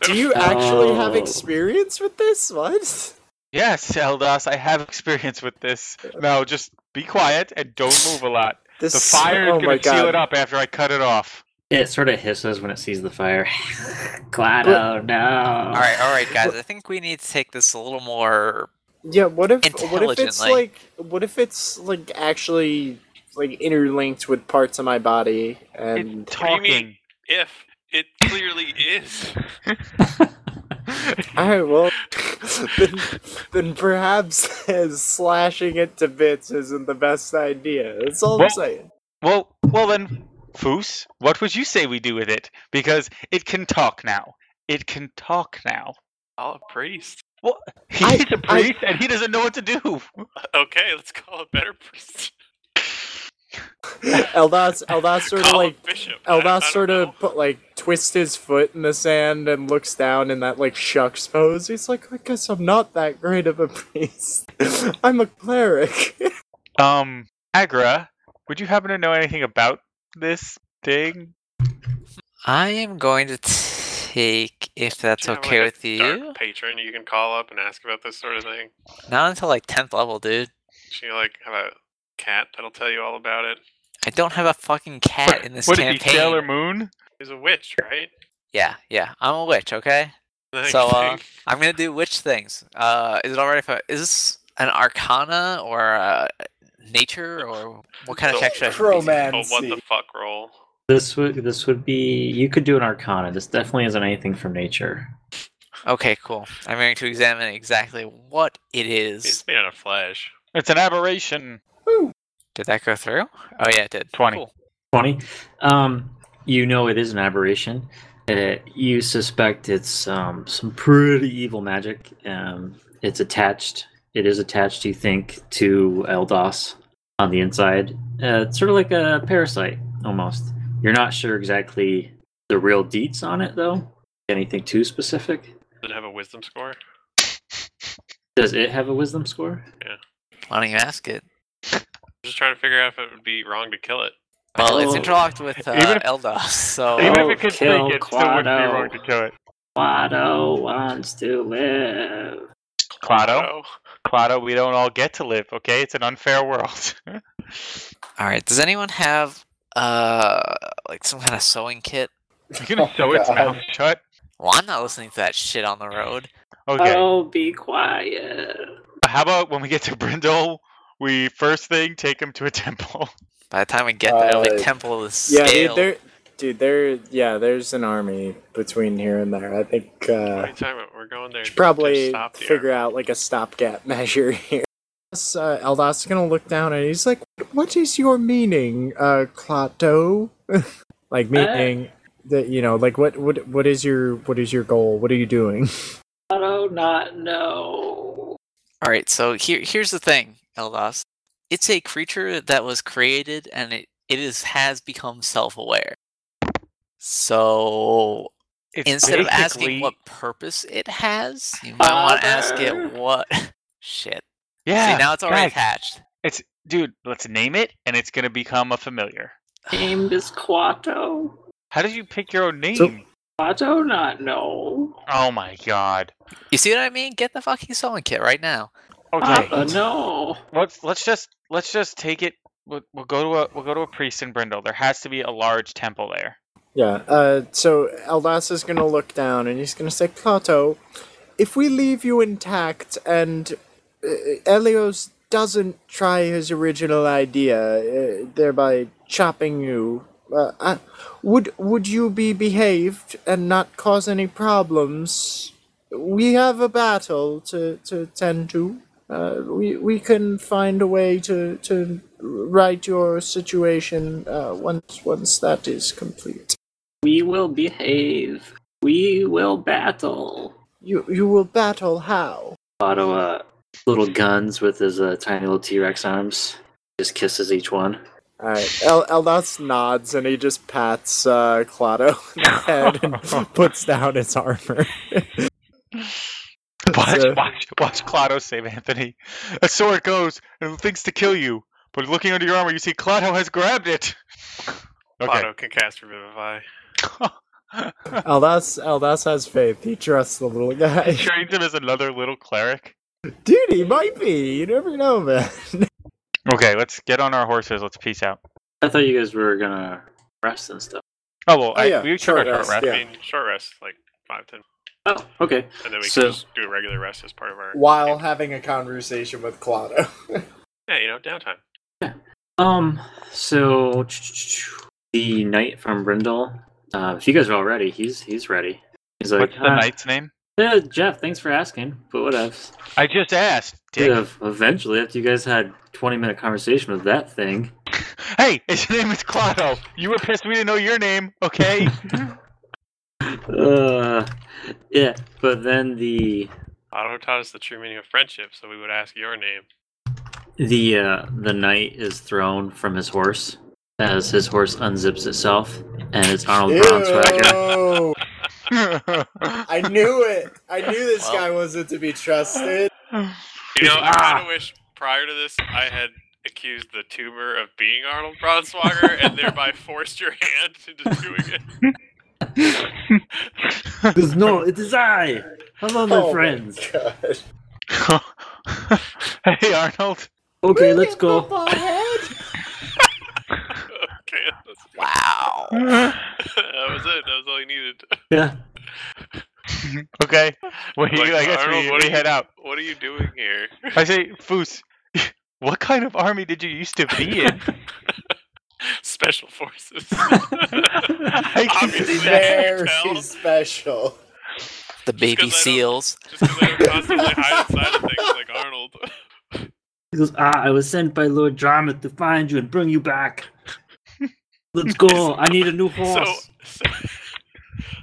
[SPEAKER 6] Do you actually have
[SPEAKER 2] Oh.
[SPEAKER 6] experience with this? What?
[SPEAKER 3] Yes, Eldas, I have experience with this.
[SPEAKER 6] Uh,
[SPEAKER 3] Now just be quiet and don't move a lot.
[SPEAKER 6] This
[SPEAKER 3] The fire is
[SPEAKER 6] oh my
[SPEAKER 3] gonna seal
[SPEAKER 6] God.
[SPEAKER 3] it up after I cut it off.
[SPEAKER 2] It sort of hisses when it sees the fire. Guado, no.
[SPEAKER 4] All right, all right, guys. I think we need to take this a little more.
[SPEAKER 6] Yeah, what if what if it's
[SPEAKER 4] Intelligently.
[SPEAKER 6] like what if it's like actually like interlinked with parts of my body and
[SPEAKER 5] What do you mean? If it clearly is,
[SPEAKER 6] all right, well then, then perhaps as slashing it to bits isn't the best idea. That's all
[SPEAKER 3] Well-
[SPEAKER 6] I'm saying.
[SPEAKER 3] Well, well then, Foos, what would you say we do with it? Because it can talk now. It can talk now.
[SPEAKER 5] I'll a priest.
[SPEAKER 3] He's
[SPEAKER 6] I-
[SPEAKER 3] a
[SPEAKER 6] I-
[SPEAKER 3] priest and he doesn't know what to do.
[SPEAKER 5] Okay, let's call a better priest.
[SPEAKER 6] Eldas Eldas sort of
[SPEAKER 5] Call
[SPEAKER 6] like
[SPEAKER 5] a bishop. I- I
[SPEAKER 6] Eldas
[SPEAKER 5] don't
[SPEAKER 6] sort
[SPEAKER 5] know.
[SPEAKER 6] of put like twists his foot in the sand and looks down in that like shucks pose. He's like, I guess I'm not that great of a priest. I'm a cleric.
[SPEAKER 3] Um, Agra, would you happen to know anything about this thing?
[SPEAKER 4] I am going to take, if that's
[SPEAKER 5] Do you have,
[SPEAKER 4] okay
[SPEAKER 5] like, a
[SPEAKER 4] with you,
[SPEAKER 5] dark patron you can call up and ask about this sort of thing.
[SPEAKER 4] not until like tenth level, dude.
[SPEAKER 5] She like have a cat that'll tell you all about it.
[SPEAKER 4] I don't have a fucking cat in this
[SPEAKER 3] Would it be
[SPEAKER 4] campaign.
[SPEAKER 3] Sailor Moon?
[SPEAKER 5] He's a witch, right?
[SPEAKER 4] Yeah, yeah. I'm a witch, okay?
[SPEAKER 5] The
[SPEAKER 4] So, uh,
[SPEAKER 5] thing-
[SPEAKER 4] I'm gonna do witch things. Uh, is it alright if I, is this an arcana or uh, nature or what kind of
[SPEAKER 5] So-
[SPEAKER 4] check should I be
[SPEAKER 6] Crow
[SPEAKER 4] using?
[SPEAKER 6] man.
[SPEAKER 5] oh, what the
[SPEAKER 6] see.
[SPEAKER 5] fuck roll?
[SPEAKER 2] This would this would be you could do an arcana. This definitely isn't anything from nature.
[SPEAKER 4] Okay, cool. I'm going to examine exactly what it is.
[SPEAKER 5] It's made out of flesh.
[SPEAKER 3] It's an aberration.
[SPEAKER 4] Did that go through? Oh yeah, it did.
[SPEAKER 3] 20.
[SPEAKER 4] Cool.
[SPEAKER 2] Twenty. Um, you know it is an aberration. Uh you suspect it's um, some pretty evil magic. Um, it's attached. It is attached. You think to Eldos on the inside. Uh, it's sort of like a parasite almost. You're not sure exactly the real deets on it though. Anything too specific?
[SPEAKER 5] Does it have a wisdom score?
[SPEAKER 2] Does it have a wisdom score?
[SPEAKER 4] Why don't you ask it?
[SPEAKER 5] just trying to figure out if it would be wrong to kill it.
[SPEAKER 4] Well, it's
[SPEAKER 2] Oh.
[SPEAKER 4] interlocked with uh,
[SPEAKER 3] Even if-
[SPEAKER 4] Eldos, so
[SPEAKER 3] Even
[SPEAKER 2] Oh,
[SPEAKER 3] if it could take
[SPEAKER 2] kill
[SPEAKER 3] it, still wouldn't be
[SPEAKER 2] Quado.
[SPEAKER 3] wrong to kill it.
[SPEAKER 2] Wado wants to oh live.
[SPEAKER 3] Clado?
[SPEAKER 5] Oh,
[SPEAKER 3] Clado, we don't all get to live, okay? It's an unfair world.
[SPEAKER 4] all right. Does anyone have uh like some kind of sewing kit?
[SPEAKER 3] You're
[SPEAKER 6] Oh
[SPEAKER 3] gonna sew its mouth shut?
[SPEAKER 4] Well, I'm not listening to that shit on the road.
[SPEAKER 3] Okay.
[SPEAKER 2] Oh, be quiet.
[SPEAKER 3] How about when we get to Brindle, we first thing take him to a temple?
[SPEAKER 4] By the time we get there, like
[SPEAKER 6] Uh,
[SPEAKER 4] Temple is
[SPEAKER 6] Yeah,
[SPEAKER 4] scale.
[SPEAKER 6] dude, there, dude, there, yeah, there's an army between here and there. I think
[SPEAKER 5] what are
[SPEAKER 6] uh,
[SPEAKER 5] you talking about? We're going there.
[SPEAKER 6] should probably
[SPEAKER 5] stop
[SPEAKER 6] figure out like a stopgap measure here. This, Uh, Eldas is gonna look down and he's like, "What is your meaning, uh, Klato? like meaning that you know, like what, what, what is your, what is your goal? What are you doing?
[SPEAKER 2] I do oh not know.
[SPEAKER 4] All right, so here here's the thing, Eldas. It's a creature that was created and it, it is has become self-aware. So
[SPEAKER 3] It's
[SPEAKER 4] instead of asking
[SPEAKER 3] basically-
[SPEAKER 4] what purpose it has, you might want to ask
[SPEAKER 2] Father.
[SPEAKER 4] it what shit.
[SPEAKER 3] Uh. yeah,
[SPEAKER 4] See, now it's already
[SPEAKER 3] guys,
[SPEAKER 4] attached.
[SPEAKER 3] dude, let's name it, and it's gonna become a familiar.
[SPEAKER 2] Named is Quato.
[SPEAKER 3] How did you pick your own name?
[SPEAKER 2] I do not know.
[SPEAKER 3] oh my god.
[SPEAKER 4] You see what I mean? Get the fucking sewing kit right now.
[SPEAKER 3] Okay,
[SPEAKER 2] Papa, Ah, uh, no.
[SPEAKER 3] let's let's just let's just take it. We'll, we'll go to a we'll go to a priest in Brindle. There has to be a large temple there.
[SPEAKER 6] Yeah. Uh, so Eldas is gonna look down and he's gonna say, Plato, if we leave you intact and uh, Elios doesn't try his original idea, uh, thereby chopping you, uh, uh, would would you be behaved and not cause any problems? We have a battle to, to tend to. Uh, we we can find a way to to right your situation uh, once once that is complete.
[SPEAKER 2] We will behave. We will battle.
[SPEAKER 6] You you will battle how?
[SPEAKER 2] lot of uh, little guns with his uh, tiny little T Rex arms. Just kisses each one.
[SPEAKER 6] All right. El- Eldas nods and he just pats uh, Clado on the head and puts down his armor.
[SPEAKER 3] Watch,
[SPEAKER 6] So-
[SPEAKER 3] watch, watch Clado save Anthony. A sword goes and thinks to kill you, but looking under your armor, you see Clado has grabbed it. Okay.
[SPEAKER 5] Otto can cast Revivify.
[SPEAKER 6] Eldas Eldas has faith. He trusts the little guy.
[SPEAKER 3] Trains him as another little cleric.
[SPEAKER 6] Dude, he might be. You never know, man.
[SPEAKER 3] Okay, let's get on our horses. Let's peace out.
[SPEAKER 2] I thought you guys were gonna rest and stuff.
[SPEAKER 3] Oh well,
[SPEAKER 6] Oh,
[SPEAKER 3] I,
[SPEAKER 6] yeah,
[SPEAKER 3] we took
[SPEAKER 6] short
[SPEAKER 3] our short
[SPEAKER 6] rest,
[SPEAKER 3] rest.
[SPEAKER 6] yeah.
[SPEAKER 5] I mean, short rest is like five ten,
[SPEAKER 2] Oh, okay.
[SPEAKER 5] and then we
[SPEAKER 2] So-
[SPEAKER 5] can just do a regular rest as part of our
[SPEAKER 6] While having a conversation with Claudio.
[SPEAKER 5] yeah, you know, downtime.
[SPEAKER 2] Um, so the knight from Brindle. Uh, if you guys are all ready, he's he's ready. He's like,
[SPEAKER 3] What's the
[SPEAKER 2] "Ah,
[SPEAKER 3] knight's name?
[SPEAKER 2] yeah, Jeff. Thanks for asking, but what else?
[SPEAKER 3] I just asked. Dick.
[SPEAKER 2] Yeah, eventually, after you guys had twenty minute conversation with that thing,
[SPEAKER 3] Hey, his name is Clado. You were pissed we didn't know your name. Okay.
[SPEAKER 2] uh, yeah. But then the
[SPEAKER 5] Otto taught us the true meaning of friendship, so we would ask your name.
[SPEAKER 2] the uh, the knight is thrown from his horse as his horse unzips itself, and it's Arnold Braunschweiger.
[SPEAKER 6] Ew. I knew it. I knew this
[SPEAKER 4] Well.
[SPEAKER 6] guy wasn't to be trusted.
[SPEAKER 5] You know, I kind
[SPEAKER 3] Ah.
[SPEAKER 5] of wish prior to this I had accused the tuber of being Arnold Bronswager and thereby forced your hand into doing it.
[SPEAKER 2] no, it is I. Hello, my
[SPEAKER 6] Oh my
[SPEAKER 2] friends.
[SPEAKER 6] God.
[SPEAKER 3] hey, Arnold.
[SPEAKER 2] Okay, let's go.
[SPEAKER 5] Okay, that's-
[SPEAKER 4] Wow.
[SPEAKER 5] that was it. That was all you needed.
[SPEAKER 2] Yeah.
[SPEAKER 3] Okay. We,
[SPEAKER 5] Like,
[SPEAKER 3] I guess
[SPEAKER 5] Arnold,
[SPEAKER 3] we,
[SPEAKER 5] what
[SPEAKER 3] we
[SPEAKER 5] are
[SPEAKER 3] head
[SPEAKER 5] you-
[SPEAKER 3] out.
[SPEAKER 5] What are you doing here?
[SPEAKER 3] I say, Foos, what kind of army did you used to be in?
[SPEAKER 5] Special forces.
[SPEAKER 3] can see
[SPEAKER 5] Obviously,
[SPEAKER 3] that.
[SPEAKER 5] I can tell.
[SPEAKER 6] Very special.
[SPEAKER 4] The baby
[SPEAKER 5] I don't-
[SPEAKER 4] seals.
[SPEAKER 5] Just because I don't constantly hide inside of things like Arnold.
[SPEAKER 2] He goes, Ah, I was sent by Lord Drama to find you and bring you back. Let's go. I need a new
[SPEAKER 5] So,
[SPEAKER 2] horse.
[SPEAKER 5] so,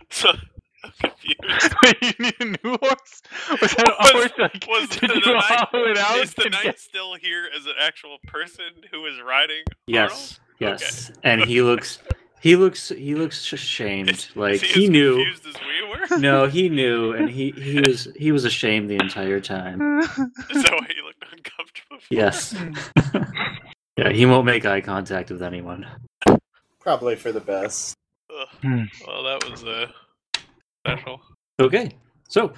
[SPEAKER 5] so I'm confused.
[SPEAKER 3] Wait, you need a new horse? Was that a
[SPEAKER 5] Was-
[SPEAKER 3] horse? Like,
[SPEAKER 5] Was
[SPEAKER 3] did
[SPEAKER 5] the
[SPEAKER 3] you
[SPEAKER 5] knight,
[SPEAKER 3] hollow it out?
[SPEAKER 5] is the
[SPEAKER 3] and
[SPEAKER 5] knight still here as an actual person who is riding?
[SPEAKER 2] yes. Yes. And he looks he looks he looks ashamed.
[SPEAKER 5] Is- is
[SPEAKER 2] like
[SPEAKER 5] as
[SPEAKER 2] he knew.
[SPEAKER 5] Confused as we were.
[SPEAKER 2] No, he knew and he he was he was ashamed the entire time.
[SPEAKER 5] Is that why you looked uncomfortable? for?
[SPEAKER 2] Yes. yeah, he won't make eye contact with anyone.
[SPEAKER 6] Probably for the best.
[SPEAKER 5] Ugh.
[SPEAKER 3] Hmm.
[SPEAKER 5] Well, that was uh, special.
[SPEAKER 2] Okay. So,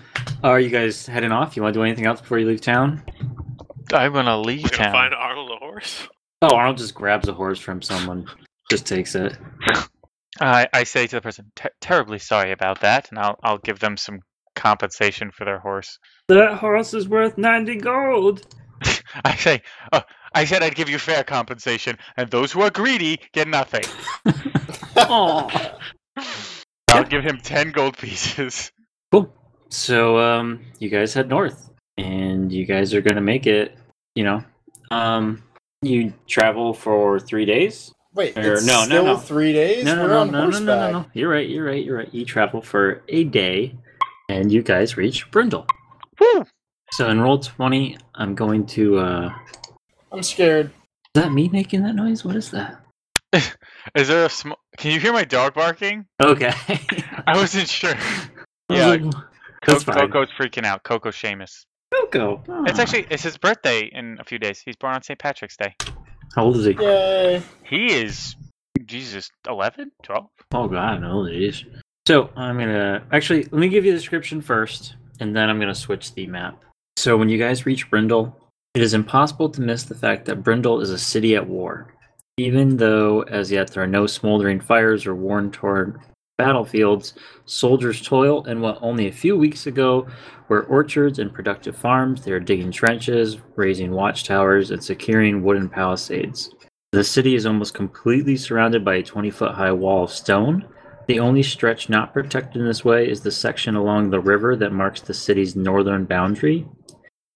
[SPEAKER 2] are you guys heading off? You want to do anything else before you leave town?
[SPEAKER 3] I'm gonna leave
[SPEAKER 5] We're gonna
[SPEAKER 3] town.
[SPEAKER 5] find Arnold a horse.
[SPEAKER 2] Oh, Arnold just grabs a horse from someone, just takes it.
[SPEAKER 3] I, I say to the person, "Ter- terribly sorry about that, and I'll I'll give them some compensation for their horse.
[SPEAKER 2] That horse is worth 90 gold.
[SPEAKER 3] I say, oh, I said I'd give you fair compensation, and those who are greedy get nothing.
[SPEAKER 2] Aw.
[SPEAKER 3] I'll give him ten gold pieces.
[SPEAKER 2] Cool. So, um, you guys head north, and you guys are gonna make it. You know, um, you travel for three days.
[SPEAKER 6] Wait,
[SPEAKER 2] Or-
[SPEAKER 6] it's
[SPEAKER 2] no, no,
[SPEAKER 6] still
[SPEAKER 2] no.
[SPEAKER 6] three days?
[SPEAKER 2] No, no,
[SPEAKER 6] We're
[SPEAKER 2] no, no,
[SPEAKER 6] on
[SPEAKER 2] no, no,
[SPEAKER 6] horseback.
[SPEAKER 2] no, no. You're right. You're right. You're right. You travel for a day, and you guys reach Brindle.
[SPEAKER 3] Woo!
[SPEAKER 2] So, in roll twenty, I'm going to. uh
[SPEAKER 6] I'm scared.
[SPEAKER 2] Is that me making that noise? What is that?
[SPEAKER 3] Is there a sm- Can you hear my dog barking?
[SPEAKER 2] Okay.
[SPEAKER 3] I wasn't sure. Yeah.
[SPEAKER 2] That's
[SPEAKER 3] Co-
[SPEAKER 2] fine.
[SPEAKER 3] Coco's freaking out. Coco Seamus.
[SPEAKER 2] Coco.
[SPEAKER 3] It's actually it's his birthday in a few days. He's born on St. Patrick's Day.
[SPEAKER 2] How old is he?
[SPEAKER 6] Yay.
[SPEAKER 3] He is Jesus 11, 12.
[SPEAKER 2] Oh god, no, it is. So I'm gonna actually let me give you the description first, and then I'm gonna switch the map. So when you guys reach Brindle, it is impossible to miss the fact that Brindle is a city at war. Even though as yet there are no smoldering fires or worn torn battlefields, soldiers toil in what only a few weeks ago were orchards and productive farms. They are digging trenches, raising watchtowers, and securing wooden palisades. The city is almost completely surrounded by a 20 foot high wall of stone. The only stretch not protected in this way is the section along the river that marks the city's northern boundary.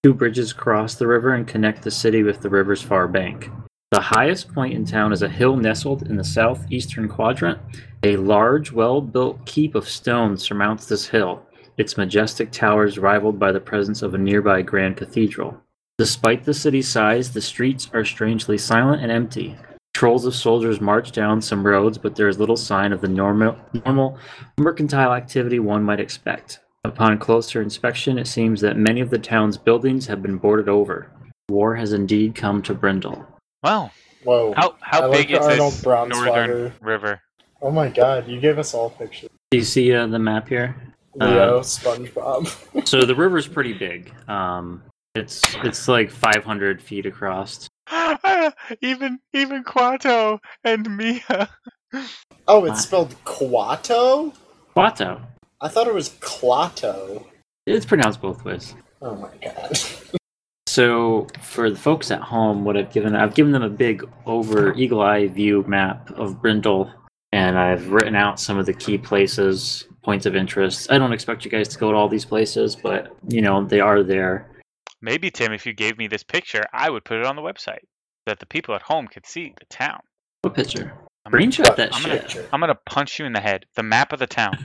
[SPEAKER 2] Two bridges cross the river and connect the city with the river's far bank. The highest point in town is a hill nestled in the southeastern quadrant. A large, well built keep of stone surmounts this hill. its majestic towers rivaled by the presence of a nearby grand cathedral. Despite the city's size, the streets are strangely silent and empty. Trolls of soldiers march down some roads, but there is little sign of the normal, normal mercantile activity one might expect. Upon closer inspection, it seems that many of the town's buildings have been boarded over. War has indeed come to Brindle.
[SPEAKER 3] Wow.
[SPEAKER 7] Whoa.
[SPEAKER 3] How how
[SPEAKER 7] I like
[SPEAKER 3] big is
[SPEAKER 7] Arnold
[SPEAKER 3] this northern
[SPEAKER 7] Braunschweiger.
[SPEAKER 3] river?
[SPEAKER 7] Oh my god, you gave us all pictures.
[SPEAKER 2] Do you see uh, the map here?
[SPEAKER 7] Leo, SpongeBob.
[SPEAKER 2] So the river's pretty big. Um, it's it's like 500 feet across.
[SPEAKER 3] even even Quato and Mia.
[SPEAKER 7] Oh, it's spelled Quato?
[SPEAKER 2] Quato.
[SPEAKER 7] I thought it was Clato.
[SPEAKER 2] It's pronounced both ways.
[SPEAKER 7] Oh my god.
[SPEAKER 2] So for the folks at home, what I've given I've given them a big over eagle eye view map of Brindle, and I've written out some of the key places, points of interest. I don't expect you guys to go to all these places, but you know they are there.
[SPEAKER 3] Maybe Tim, if you gave me this picture, I would put it on the website so that the people at home could see the town.
[SPEAKER 2] What picture?
[SPEAKER 3] I'm gonna-
[SPEAKER 2] Screenshot that
[SPEAKER 3] Uh, I'm
[SPEAKER 2] shit.
[SPEAKER 7] Picture.
[SPEAKER 3] I'm gonna punch you in the head. The map of the town.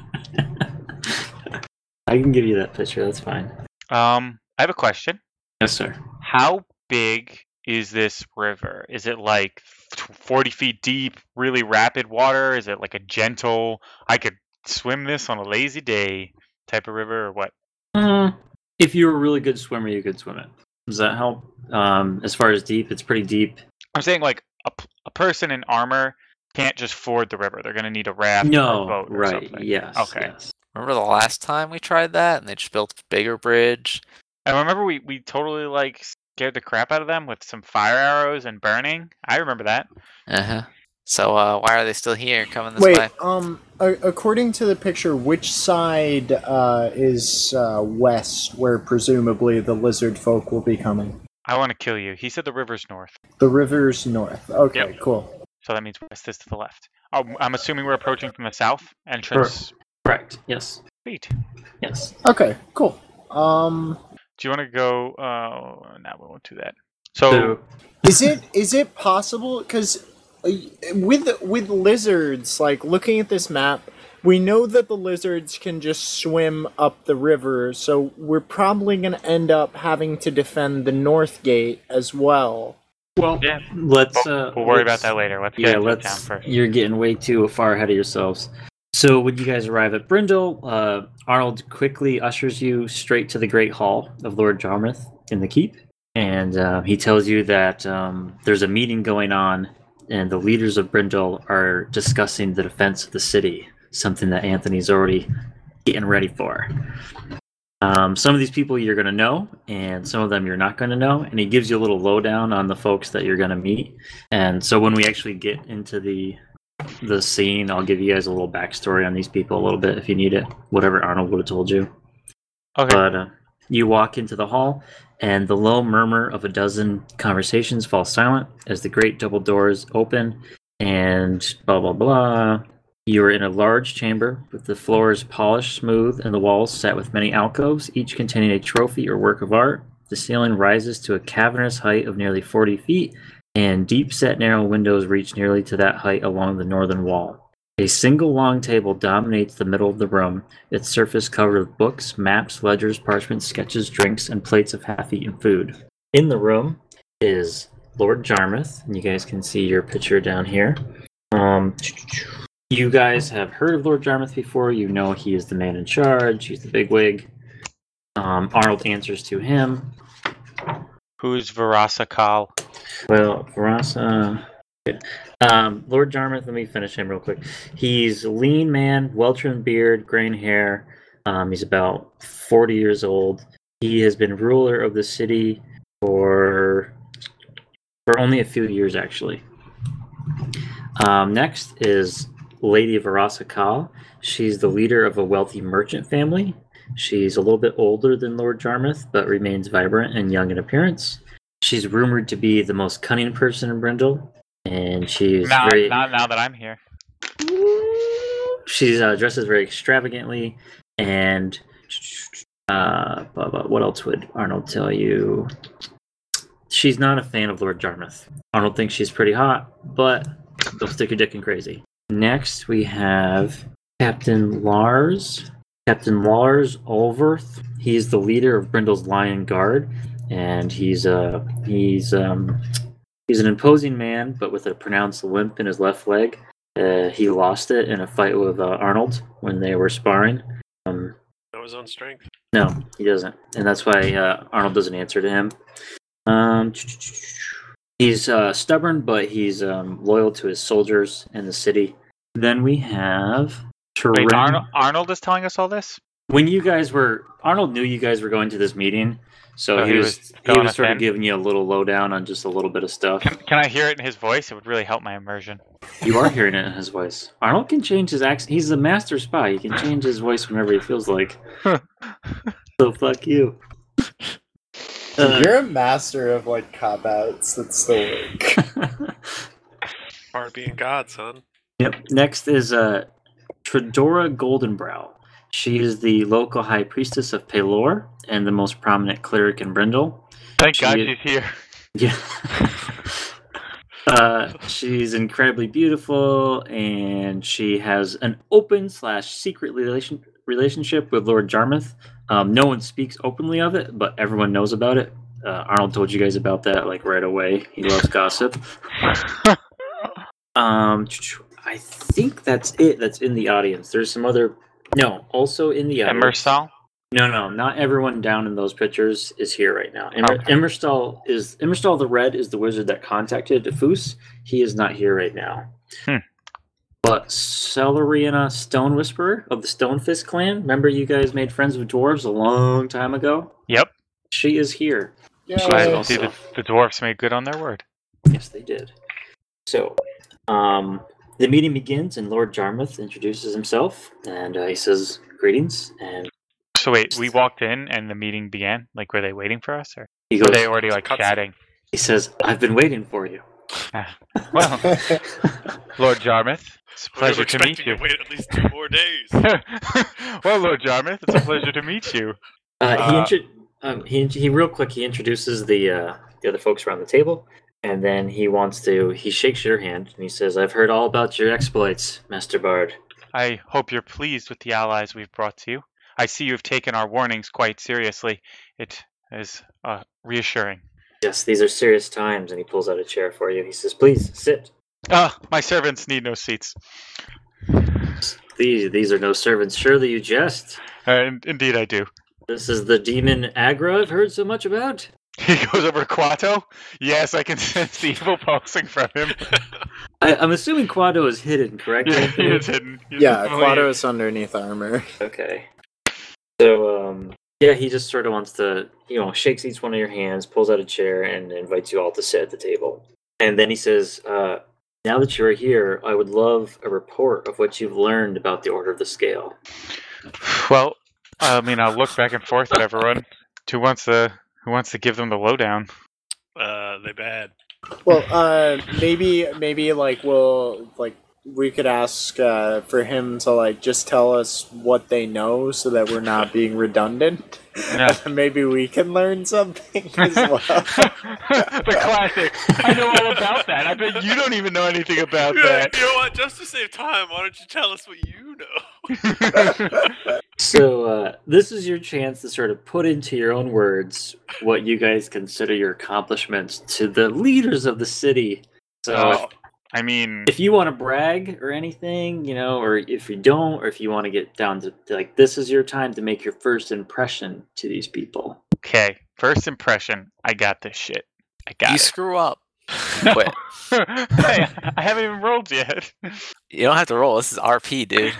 [SPEAKER 2] I can give you that picture. That's fine.
[SPEAKER 3] Um, I have a question.
[SPEAKER 2] Yes, sir.
[SPEAKER 3] How big is this river? Is it like f- 40 feet deep, really rapid water? Is it like a gentle, I could swim this on a lazy day type of river or what?
[SPEAKER 2] Uh, if you're a really good swimmer, you could swim it. Does that help? Um, as far as deep, it's pretty deep.
[SPEAKER 3] I'm saying like a, p- a person in armor can't just ford the river. They're going to need a raft or a
[SPEAKER 2] No,
[SPEAKER 3] boat or
[SPEAKER 2] right?
[SPEAKER 3] something.
[SPEAKER 2] Yes.
[SPEAKER 3] Okay.
[SPEAKER 2] yes.
[SPEAKER 4] Remember the last time we tried that and they just built a bigger bridge?
[SPEAKER 3] I remember we, we totally like scared the crap out of them with some fire arrows and burning. I remember that.
[SPEAKER 4] Uh huh.
[SPEAKER 3] Uh-huh.
[SPEAKER 4] So uh, why are they still here coming this
[SPEAKER 6] Wait,
[SPEAKER 4] way?
[SPEAKER 6] um, a- according to the picture, which side uh, is uh, west, where presumably the lizard folk will be coming?
[SPEAKER 3] I want to kill you. He said the river's north.
[SPEAKER 6] The river's north. Okay, cool.
[SPEAKER 3] So that means west is to the left. Um, I'm assuming we're approaching from the south entrance.
[SPEAKER 2] Correct. Yes.
[SPEAKER 3] Sweet.
[SPEAKER 2] Yes.
[SPEAKER 6] Okay, cool. Um,
[SPEAKER 3] Do you want to go? Uh, no, we won't do that. So,
[SPEAKER 2] So
[SPEAKER 6] is it is it possible? Because with with lizards, like looking at this map, we know that the lizards can just swim up the river, so we're probably going to end up having to defend the north gate as well.
[SPEAKER 2] well,
[SPEAKER 3] yeah,
[SPEAKER 2] let's. Uh,
[SPEAKER 3] we'll worry about
[SPEAKER 2] let's-
[SPEAKER 3] that later. Let's get
[SPEAKER 2] Yeah,
[SPEAKER 3] into
[SPEAKER 2] let's.
[SPEAKER 3] town first.
[SPEAKER 2] You're getting way too far ahead of yourselves. So when you guys arrive at Brindle, uh, Arnold quickly ushers you straight to the Great Hall of Lord Jarmuth in the keep, and uh, he tells you that um, there's a meeting going on, and the leaders of Brindle are discussing the defense of the city, something that Anthony's already getting ready for. Um, some of these people you're going to know, and some of them you're not going to know. And he gives you a little lowdown on the folks that you're going to meet. And so when we actually get into the the scene, I'll give you guys a little backstory on these people a little bit if you need it. Whatever Arnold would have told you.
[SPEAKER 3] Okay.
[SPEAKER 2] But uh, you walk into the hall, and the low murmur of a dozen conversations falls silent as the great double doors open, and blah blah blah. You are in a large chamber with the floors polished smooth and the walls set with many alcoves, each containing a trophy or work of art. The ceiling rises to a cavernous height of nearly 40 feet, and deep set narrow windows reach nearly to that height along the northern wall. A single long table dominates the middle of the room, its surface covered with books, maps, ledgers, parchments, sketches, drinks, and plates of half eaten food. In the room is Lord Jarmuth, and you guys can see your picture down here. Um, you guys have heard of Lord Jarmuth before. You know he is the man in charge, he's the bigwig. Um, Arnold answers to him.
[SPEAKER 3] Who's Verasakal?
[SPEAKER 2] Well, Verasa. Um, Lord Jarmuth, let me finish him real quick. He's a lean man, well trimmed beard, graying hair. Um, he's about 40 years old. He has been ruler of the city for for only a few years, actually. Um, next is Lady Verasa Kal. She's the leader of a wealthy merchant family. She's a little bit older than Lord Jarmuth, but remains vibrant and young in appearance. She's rumored to be the most cunning person in Brindle, and she's
[SPEAKER 3] Not,
[SPEAKER 2] very
[SPEAKER 3] not now that I'm here.
[SPEAKER 2] she's uh, dresses very extravagantly and uh blah, blah, what else would arnold tell you she's not a fan of lord jarmuth arnold thinks she's pretty hot but they'll stick your dick in crazy next we have captain lars Captain Lars Olverth. He's the leader of Brindle's Lion Guard, and he's uh he's um he's an imposing man, but with a pronounced limp in his left leg. Uh, he lost it in a fight with uh, Arnold when they were sparring. Um,
[SPEAKER 5] Know his own strength.
[SPEAKER 2] no, he doesn't, and that's why uh, Arnold doesn't answer to him. Um, he's uh, stubborn, but he's um, loyal to his soldiers and the city. Then we have Terrell.
[SPEAKER 3] Wait, Arnold, Arnold is telling us all this?
[SPEAKER 2] When you guys were Arnold knew you guys were going to this meeting, so, he, was, he
[SPEAKER 3] going
[SPEAKER 2] was
[SPEAKER 3] up
[SPEAKER 2] sort of
[SPEAKER 3] in?
[SPEAKER 2] giving you a little lowdown on just a little bit of stuff.
[SPEAKER 3] Can, can I hear it in his voice? It would really help my immersion.
[SPEAKER 2] you are hearing it in his voice. Arnold can change his accent. He's a master spy. He can change his voice whenever he feels like. so fuck you. Uh,
[SPEAKER 7] You're a master of like cop outs that still work.
[SPEAKER 5] Part of being God, son.
[SPEAKER 2] Yep. Next is uh, Tredora Goldenbrow. She is the local high priestess of Pelor and the most prominent cleric in Brindle.
[SPEAKER 3] Thank God
[SPEAKER 2] She-
[SPEAKER 3] she's here.
[SPEAKER 2] Yeah. uh, she's incredibly beautiful, and she has an open slash secret relation relationship with Lord Jarmuth. Um, no one speaks openly of it, but everyone knows about it. Uh, Arnold told you guys about that like right away. He loves gossip. um, I think that's it. That's in the audience. There's some other. No, also in the
[SPEAKER 3] And
[SPEAKER 2] audience.
[SPEAKER 3] Mersal?
[SPEAKER 2] No, no, not everyone down in those pictures is here right now. Immer-
[SPEAKER 3] Okay.
[SPEAKER 2] Immerstal is Immerstal the Red is the wizard that contacted Defus. He is not here right now.
[SPEAKER 3] Hmm.
[SPEAKER 2] But Celerina Stone Whisperer of the Stonefist clan, remember you guys made friends with dwarves a long time ago?
[SPEAKER 3] Yep.
[SPEAKER 2] She is here.
[SPEAKER 7] Yeah.
[SPEAKER 2] Right.
[SPEAKER 3] Glad to see the, the dwarfs made good on their word.
[SPEAKER 2] Yes, they did. So, um, the meeting begins, and Lord Jarmuth introduces himself, and uh, he says, "Greetings." And
[SPEAKER 3] So wait, we walked in and the meeting began? Like, were they waiting for us? Or
[SPEAKER 2] he
[SPEAKER 3] were
[SPEAKER 2] goes,
[SPEAKER 3] they already, like,
[SPEAKER 5] Cutscene.
[SPEAKER 3] chatting?
[SPEAKER 2] he says, "I've been waiting for you."
[SPEAKER 3] Well, Lord Jarmuth, it's a
[SPEAKER 5] We were
[SPEAKER 3] pleasure to meet
[SPEAKER 5] expecting
[SPEAKER 3] you.
[SPEAKER 5] Wait at least two more days.
[SPEAKER 3] well, Lord Jarmuth, it's a pleasure to meet you.
[SPEAKER 2] Uh, he,
[SPEAKER 3] Uh,
[SPEAKER 2] intro- um, he, he real quick he introduces the uh, the other folks around the table, and then he wants to he shakes your hand and he says, "I've heard all about your exploits, Master Bard."
[SPEAKER 3] I hope you're pleased with the allies we've brought to you. I see you've taken our warnings quite seriously. It is uh, reassuring.
[SPEAKER 2] Yes, these are serious times, and he pulls out a chair for you. He says, "Please sit.
[SPEAKER 3] Ah, my servants need no seats.
[SPEAKER 2] These these are no servants. Surely you jest.
[SPEAKER 3] Uh, in- indeed, I do.
[SPEAKER 2] This is the demon Agra I've heard so much about."
[SPEAKER 3] He goes over to Quato. Yes, I can sense the evil pulsing from him.
[SPEAKER 2] I, I'm assuming Quado is hidden, correct?
[SPEAKER 3] Yeah, he
[SPEAKER 2] Anthony?
[SPEAKER 3] is hidden. He's
[SPEAKER 6] Yeah,
[SPEAKER 3] definitely hidden.
[SPEAKER 6] Quado's underneath armor.
[SPEAKER 2] Okay. So, um, yeah, he just sort of wants to, you know, shakes each one of your hands, pulls out a chair, and invites you all to sit at the table. And then he says, uh, "Now that you are here, I would love a report of what you've learned about the Order of the Scale."
[SPEAKER 3] Well, I mean, I'll look back and forth at everyone. Who wants to? Who wants to give them the lowdown?
[SPEAKER 5] Uh, they bad.
[SPEAKER 6] Well, uh, maybe maybe like we'll like we could ask uh, for him to like just tell us what they know so that we're not being redundant.
[SPEAKER 3] No.
[SPEAKER 6] maybe we can learn something as well.
[SPEAKER 3] the classic. I know all about that. I bet you don't even know anything about
[SPEAKER 5] Yeah,
[SPEAKER 3] that.
[SPEAKER 5] you know what? Just to save time, why don't you tell us what you know?
[SPEAKER 2] So, uh, this is your chance to sort of put into your own words what you guys consider your accomplishments to the leaders of the city. So, if
[SPEAKER 3] Oh, I mean,
[SPEAKER 2] if you want to brag or anything, you know, or if you don't, or if you want to get down to to, like this is your time to make your first impression to these people.
[SPEAKER 3] okay. First impression, I got this shit. I got
[SPEAKER 4] you
[SPEAKER 3] it.
[SPEAKER 4] screw up. Quit.
[SPEAKER 3] hey, I haven't even rolled yet.
[SPEAKER 4] You don't have to roll. This is RP, dude.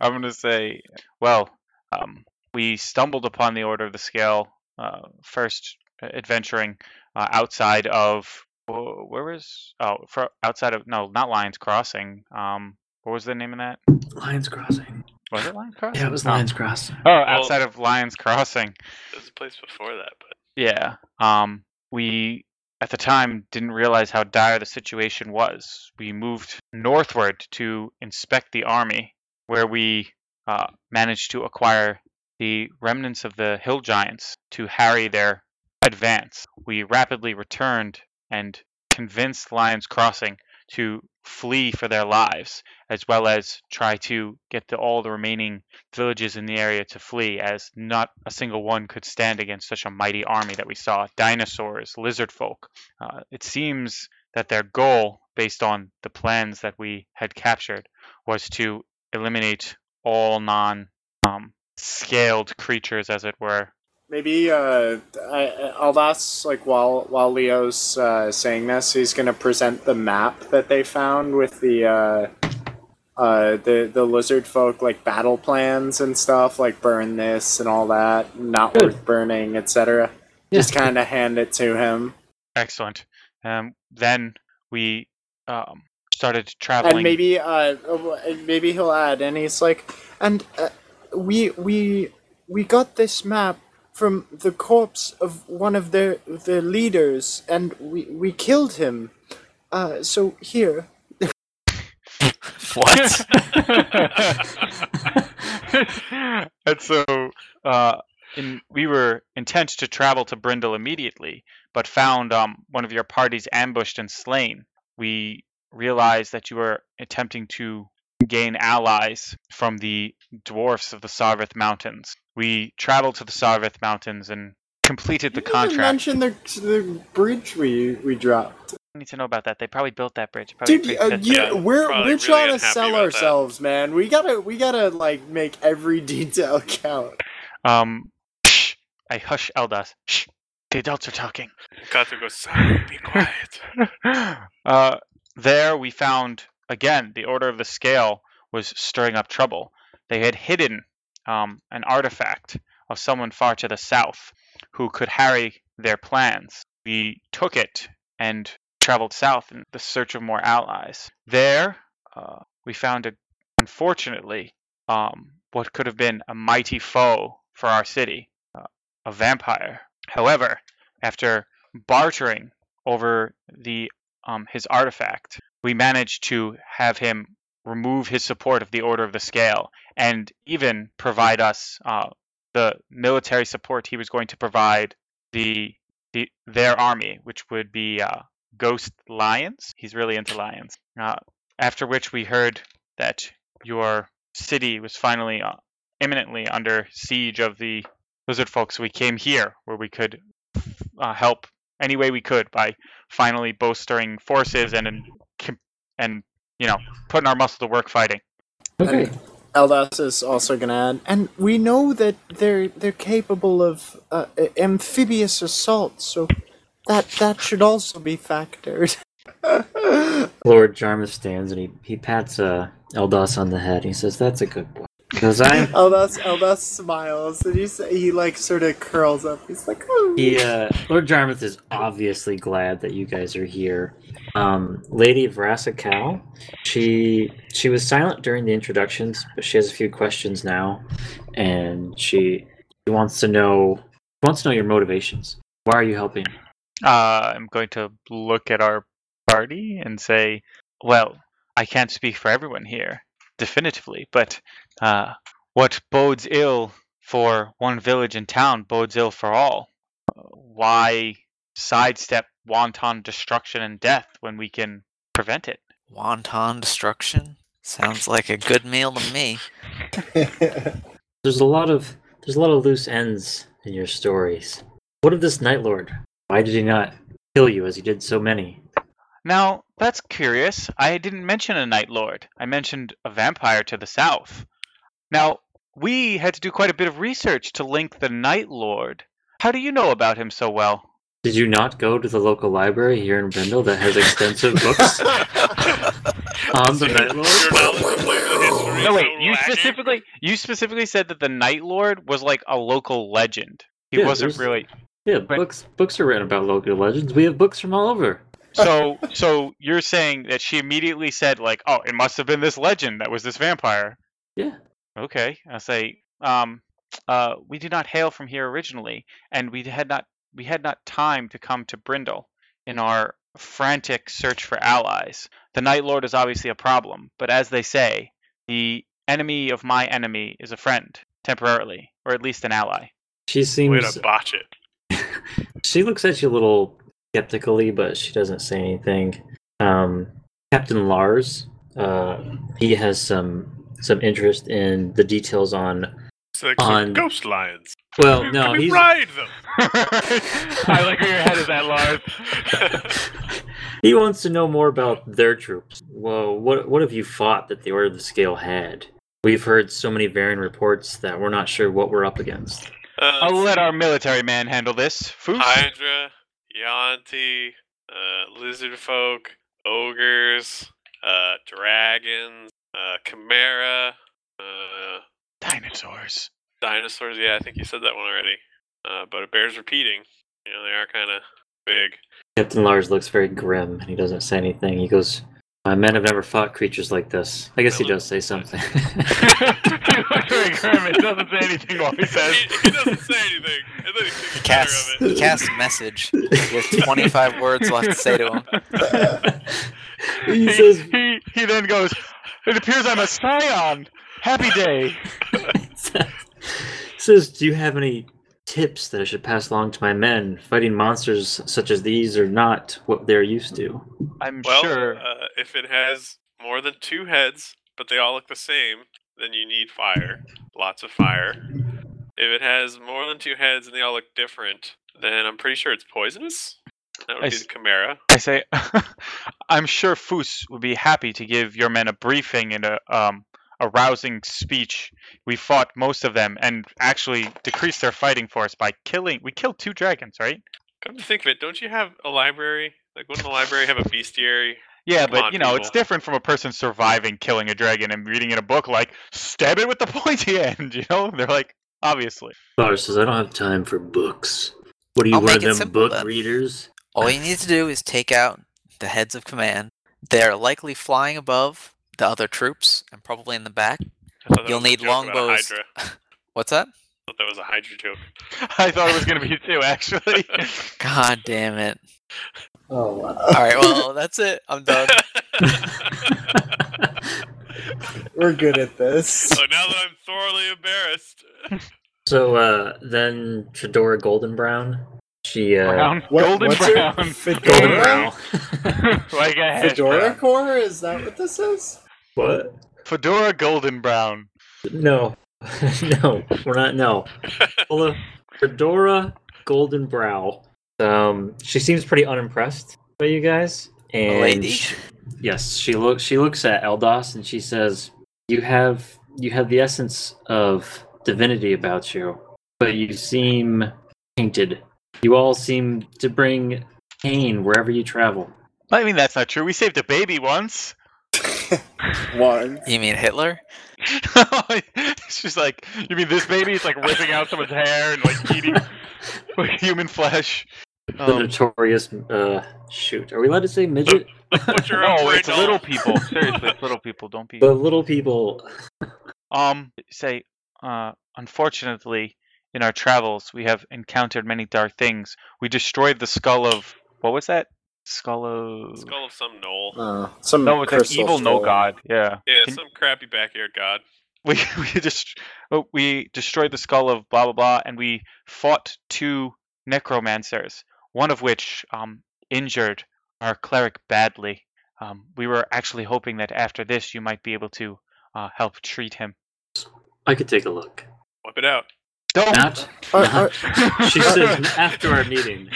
[SPEAKER 3] I'm gonna say, well, um, we stumbled upon the Order of the Scale uh, first uh, adventuring uh, outside of wh- where was oh fro outside of no not Lions Crossing. Um, what was the name of that?
[SPEAKER 2] Lions Crossing.
[SPEAKER 3] Was it Lions Crossing?
[SPEAKER 2] Yeah, it was
[SPEAKER 3] Oh.
[SPEAKER 2] Lions Crossing.
[SPEAKER 3] Oh, outside of Lions Crossing.
[SPEAKER 5] There's a place before that, but
[SPEAKER 3] Yeah. Um, we at the time didn't realize how dire the situation was. We moved northward to inspect the army, where we uh, managed to acquire the remnants of the hill giants to harry their advance. We rapidly returned and convinced Lions Crossing to flee for their lives, as well as try to get the, all the remaining villages in the area to flee, as not a single one could stand against such a mighty army that we saw dinosaurs, lizard folk. Uh, it seems that their goal, based on the plans that we had captured, was to eliminate all non um, scaled creatures, as it were,
[SPEAKER 6] Maybe uh, I, Aldas, like while while Leo's uh, saying this, he's gonna present the map that they found with the uh, uh, the the lizard folk like battle plans and stuff, like burn this and all that, not
[SPEAKER 2] Good.
[SPEAKER 6] worth burning, etc.
[SPEAKER 2] Yeah.
[SPEAKER 6] Just kind of hand it to him,
[SPEAKER 3] Excellent. Um, then we um, started traveling.
[SPEAKER 6] and maybe uh, maybe he'll add, and he's like, and uh, we we we got this map from the corpse of one of their their leaders, and we we killed him. Uh, so here,
[SPEAKER 4] What?
[SPEAKER 3] and so uh, in, we were intent to travel to Brindle immediately, but found um, one of your parties ambushed and slain. We realized that you were attempting to gain allies from the dwarfs of the Sarveth Mountains. We traveled to the Sarveth Mountains and completed the contract.
[SPEAKER 6] Mention the the bridge we we dropped,
[SPEAKER 3] I need to know about that. They probably built that bridge. Probably
[SPEAKER 6] dude.
[SPEAKER 3] fixed
[SPEAKER 6] Uh,
[SPEAKER 3] it.
[SPEAKER 6] you,
[SPEAKER 5] Yeah,
[SPEAKER 6] we're we're
[SPEAKER 5] probably really
[SPEAKER 6] trying to
[SPEAKER 5] unhappy
[SPEAKER 6] sell
[SPEAKER 5] about that.
[SPEAKER 6] ourselves, man. We gotta we gotta like make every detail count.
[SPEAKER 3] Um, shh, I hush Eldas. Shh, the adults are talking.
[SPEAKER 5] Kato goes, "Sorry, be quiet.
[SPEAKER 3] uh, there we found again the Order of the Scale was stirring up trouble. They had hidden um, an artifact of someone far to the south who could harry their plans. We took it and traveled south in the search of more allies. There uh, we found, a, unfortunately, um, what could have been a mighty foe for our city, uh, a vampire. However, after bartering over the um, his artifact, we managed to have him remove his support of the Order of the Scale and even provide us uh, the military support he was going to provide the, the their army, which would be uh, Ghost Lions. He's really into lions. Uh, after which we heard that your city was finally uh, imminently under siege of the lizard folks. We came here where we could uh, help any way we could by finally bolstering forces and and, com- and you know putting our muscle to work fighting.
[SPEAKER 2] Okay.
[SPEAKER 6] Eldas is also gonna add, and we know that they're they're capable of uh, a- amphibious assault, so that that should also be factored.
[SPEAKER 2] Lord Jarmuth stands and he, he pats uh, Eldas on the head. He says, That's a good boy. Because I'm.
[SPEAKER 6] Eldas Eldas smiles and he s- he like sort of curls up. He's like, "Oh."
[SPEAKER 2] He, uh, Lord Jarmuth is obviously glad that you guys are here. Um, Lady Vrasikal, she she was silent during the introductions, but she has a few questions now, and she, she wants to know she wants to know your motivations. Why are you helping?
[SPEAKER 3] Uh, I'm going to look at our party and say, well, I can't speak for everyone here definitively, but uh, what bodes ill for one village and town bodes ill for all. Why sidestep wanton destruction and death when we can prevent it?
[SPEAKER 4] Wanton destruction? Sounds like a good meal to me.
[SPEAKER 2] There's a lot of there's a lot of loose ends in your stories. What of this Night Lord? Why did he not kill you as he did so many?
[SPEAKER 3] Now, that's curious. I didn't mention a Night Lord. I mentioned a vampire to the south. Now, we had to do quite a bit of research to link the Night Lord. How do you know about him so well?
[SPEAKER 2] Did you not go to the local library here in Brindle that has extensive books on the Night Lord?
[SPEAKER 5] Your knowledge of the history
[SPEAKER 3] No,
[SPEAKER 5] is
[SPEAKER 3] wait.
[SPEAKER 5] so
[SPEAKER 3] You
[SPEAKER 5] lacking.
[SPEAKER 3] specifically you specifically said that the Night Lord was like a local legend. He
[SPEAKER 2] Yeah,
[SPEAKER 3] wasn't
[SPEAKER 2] there's-
[SPEAKER 3] really.
[SPEAKER 2] Yeah,
[SPEAKER 3] But-
[SPEAKER 2] books books are written about local legends. We have books from all over.
[SPEAKER 3] So, so you're saying that she immediately said like, "Oh, it must have been this legend that was this vampire."
[SPEAKER 2] Yeah.
[SPEAKER 3] Okay, I'll say, um, uh, we do not hail from here originally, and we had not we had not time to come to Brindle in our frantic search for allies. The Night Lord is obviously a problem, but as they say, the enemy of my enemy is a friend temporarily, or at least an ally.
[SPEAKER 2] She
[SPEAKER 5] Way
[SPEAKER 2] seems
[SPEAKER 5] to botch it.
[SPEAKER 2] she looks at you a little skeptically, but she doesn't say anything. Um, Captain Lars. Uh, he has some some interest in the details on.
[SPEAKER 5] It's like some
[SPEAKER 2] On-
[SPEAKER 5] ghost lions.
[SPEAKER 2] Well,
[SPEAKER 5] Can
[SPEAKER 2] no,
[SPEAKER 5] we
[SPEAKER 2] he's
[SPEAKER 5] ride them?
[SPEAKER 3] I like where your head is at, Lars.
[SPEAKER 2] he wants to know more about their troops. Well, what what have you fought that the Order of the Scale had? We've heard so many varying reports that we're not sure what we're up against.
[SPEAKER 5] Uh,
[SPEAKER 3] I'll let our military man handle this. Food.
[SPEAKER 5] Hydra, Yanti, uh, lizard folk, ogres, uh, dragons, uh, chimera, uh,
[SPEAKER 3] Dinosaurs.
[SPEAKER 5] dinosaurs. Yeah, I think you said that one already. Uh, but it bears repeating. You know, they are kind of big.
[SPEAKER 2] Captain Lars looks very grim and he doesn't say anything. He goes, "My men have never fought creatures like this." I guess he does say something.
[SPEAKER 3] Very grim. It doesn't say anything while he says.
[SPEAKER 5] He, he doesn't say anything. And then he
[SPEAKER 4] He
[SPEAKER 5] thinks better
[SPEAKER 4] casts,
[SPEAKER 5] of it.
[SPEAKER 4] he casts message with 25 words left to say to him.
[SPEAKER 2] he
[SPEAKER 3] He,
[SPEAKER 2] says,
[SPEAKER 3] he, he then goes, It appears I'm a scion. Happy day.
[SPEAKER 2] says, "Do you have any tips that I should pass along to my men? Fighting monsters such as these are not what they're used to."
[SPEAKER 3] I'm
[SPEAKER 5] Well,
[SPEAKER 3] sure.
[SPEAKER 5] uh, if it has more than two heads, but they all look the same, then you need fire. Lots of fire. If it has more than two heads and they all look different, then I'm pretty sure it's poisonous. That would
[SPEAKER 3] I
[SPEAKER 5] be
[SPEAKER 3] s-
[SPEAKER 5] the chimera.
[SPEAKER 3] I say, I'm sure Foos would be happy to give your men a briefing and a um a rousing speech. We fought most of them and actually decreased their fighting force by killing. We killed two dragons, right?
[SPEAKER 5] Come to think of it, don't you have a library? Like, wouldn't the library have a bestiary?
[SPEAKER 3] Yeah,
[SPEAKER 5] Come
[SPEAKER 3] but
[SPEAKER 5] on,
[SPEAKER 3] you know it's
[SPEAKER 5] people.
[SPEAKER 3] different from a person surviving killing a dragon and reading in a book like stab it with the pointy end. You know, they're like obviously.
[SPEAKER 2] Lars says, "I don't have time for books. What are you
[SPEAKER 4] I'll
[SPEAKER 2] one
[SPEAKER 4] make
[SPEAKER 2] of
[SPEAKER 4] it
[SPEAKER 2] them
[SPEAKER 4] simple
[SPEAKER 2] book
[SPEAKER 4] then.
[SPEAKER 2] readers?"
[SPEAKER 4] All you need to do is take out the heads of command. They're likely flying above the other troops and probably in the back.
[SPEAKER 5] I thought that
[SPEAKER 4] You'll
[SPEAKER 5] was a
[SPEAKER 4] need
[SPEAKER 5] joke about a
[SPEAKER 4] longbows.
[SPEAKER 5] Hydra.
[SPEAKER 4] What's that?
[SPEAKER 5] I thought that was a Hydra joke.
[SPEAKER 3] I thought it was gonna be two actually.
[SPEAKER 4] God damn it.
[SPEAKER 7] Oh wow.
[SPEAKER 4] All right, well, that's it. I'm done.
[SPEAKER 7] We're good at this.
[SPEAKER 5] so now that I'm thoroughly embarrassed,
[SPEAKER 2] so uh, then, Fedora Golden Brown. She uh,
[SPEAKER 3] brown,
[SPEAKER 7] What-
[SPEAKER 3] golden
[SPEAKER 7] what's her-
[SPEAKER 3] brown,
[SPEAKER 7] Fedora?
[SPEAKER 2] Golden
[SPEAKER 7] Golden
[SPEAKER 2] Brown.
[SPEAKER 3] like a hash
[SPEAKER 7] Fedora
[SPEAKER 3] brown.
[SPEAKER 7] Core? Is that what this is?
[SPEAKER 2] what?
[SPEAKER 3] Fedora golden brown.
[SPEAKER 2] No, no, we're not. No, Hello, Fedora Golden Brow. Um, she seems pretty unimpressed by you guys. And
[SPEAKER 4] lady?
[SPEAKER 2] she- yes, she looks. She looks at Eldos and she says, "You have you have the essence of divinity about you, but you seem tainted. You all seem to bring pain wherever you travel."
[SPEAKER 3] I mean, that's not true. We saved a baby once.
[SPEAKER 7] One.
[SPEAKER 4] You mean Hitler?
[SPEAKER 3] She's like, you mean this baby? It's like ripping out someone's hair and like eating like, human flesh.
[SPEAKER 2] The
[SPEAKER 3] Um,
[SPEAKER 2] notorious uh, shoot. Are we allowed to say midget?
[SPEAKER 5] butcher of
[SPEAKER 3] no, it's
[SPEAKER 5] Brindle.
[SPEAKER 3] little people. Seriously, it's little people. Don't be.
[SPEAKER 2] the little people.
[SPEAKER 3] Um, say, uh, unfortunately, in our travels, we have encountered many dark things. We destroyed the skull of what was that? Skull of.
[SPEAKER 5] skull of some knoll.
[SPEAKER 7] Uh, some
[SPEAKER 3] No, it's an
[SPEAKER 7] crystal
[SPEAKER 3] evil no
[SPEAKER 7] skull.
[SPEAKER 3] god. Yeah.
[SPEAKER 5] Yeah,
[SPEAKER 3] Can-
[SPEAKER 5] some crappy backyard god.
[SPEAKER 3] we we just oh, we destroyed the skull of blah blah blah, and we fought two necromancers, one of which um, injured our cleric badly. Um, we were actually hoping that after this you might be able to uh, help treat him.
[SPEAKER 2] I could take a look.
[SPEAKER 5] Whip it out.
[SPEAKER 3] Don't.
[SPEAKER 2] Not.
[SPEAKER 7] Uh,
[SPEAKER 2] not-
[SPEAKER 7] uh,
[SPEAKER 2] she says after our meeting.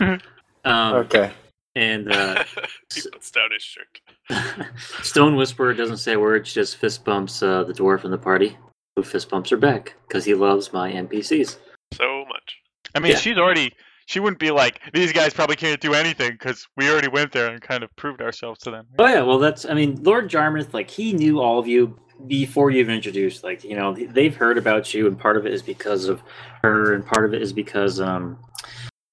[SPEAKER 2] Um,
[SPEAKER 7] okay.
[SPEAKER 2] And uh,
[SPEAKER 5] he puts down his shirt.
[SPEAKER 2] Stone Whisperer doesn't say a word. She just fist bumps uh, the dwarf in the party, who fist bumps her back because he loves my NPCs.
[SPEAKER 5] so much.
[SPEAKER 3] I mean,
[SPEAKER 2] yeah.
[SPEAKER 3] she's already. She wouldn't be like these guys probably can't do anything because we already went there and kind of proved ourselves to them.
[SPEAKER 2] Oh yeah, well that's. I mean, Lord Jarmuth, like he knew all of you before you even introduced. Like you know, they've heard about you, and part of it is because of her, and part of it is because um,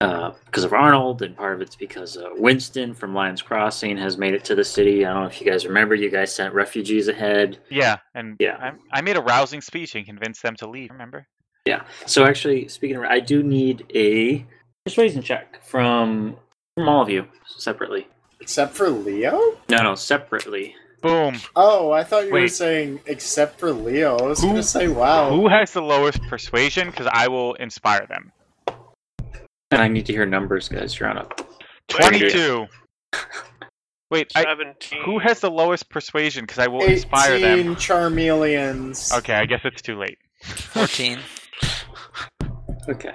[SPEAKER 2] uh, because of Arnold, and part of it's because uh, Winston from Lions Crossing has made it to the city. I don't know if you guys remember. You guys sent refugees ahead.
[SPEAKER 3] Yeah, and
[SPEAKER 2] Yeah.
[SPEAKER 3] I, I made a rousing speech and convinced them to leave. Remember?
[SPEAKER 2] Yeah. So actually, speaking of, I do need a persuasion check from from all of you separately.
[SPEAKER 7] Except for Leo?
[SPEAKER 2] No, no, separately.
[SPEAKER 3] Boom.
[SPEAKER 7] Oh, I thought you were
[SPEAKER 3] Wait.
[SPEAKER 7] saying except for Leo. I was
[SPEAKER 3] Who-
[SPEAKER 7] gonna say
[SPEAKER 2] Oh.
[SPEAKER 7] wow.
[SPEAKER 3] Who has the lowest persuasion? Because I will inspire them.
[SPEAKER 2] And I need to hear numbers, guys. You're on up.
[SPEAKER 3] 22. Wait, I,
[SPEAKER 5] Seventeen.
[SPEAKER 3] who has the lowest persuasion? Because I will
[SPEAKER 7] 18
[SPEAKER 3] inspire them.
[SPEAKER 7] Charmeleons.
[SPEAKER 3] Okay, I guess it's too late.
[SPEAKER 4] 14.
[SPEAKER 2] Okay.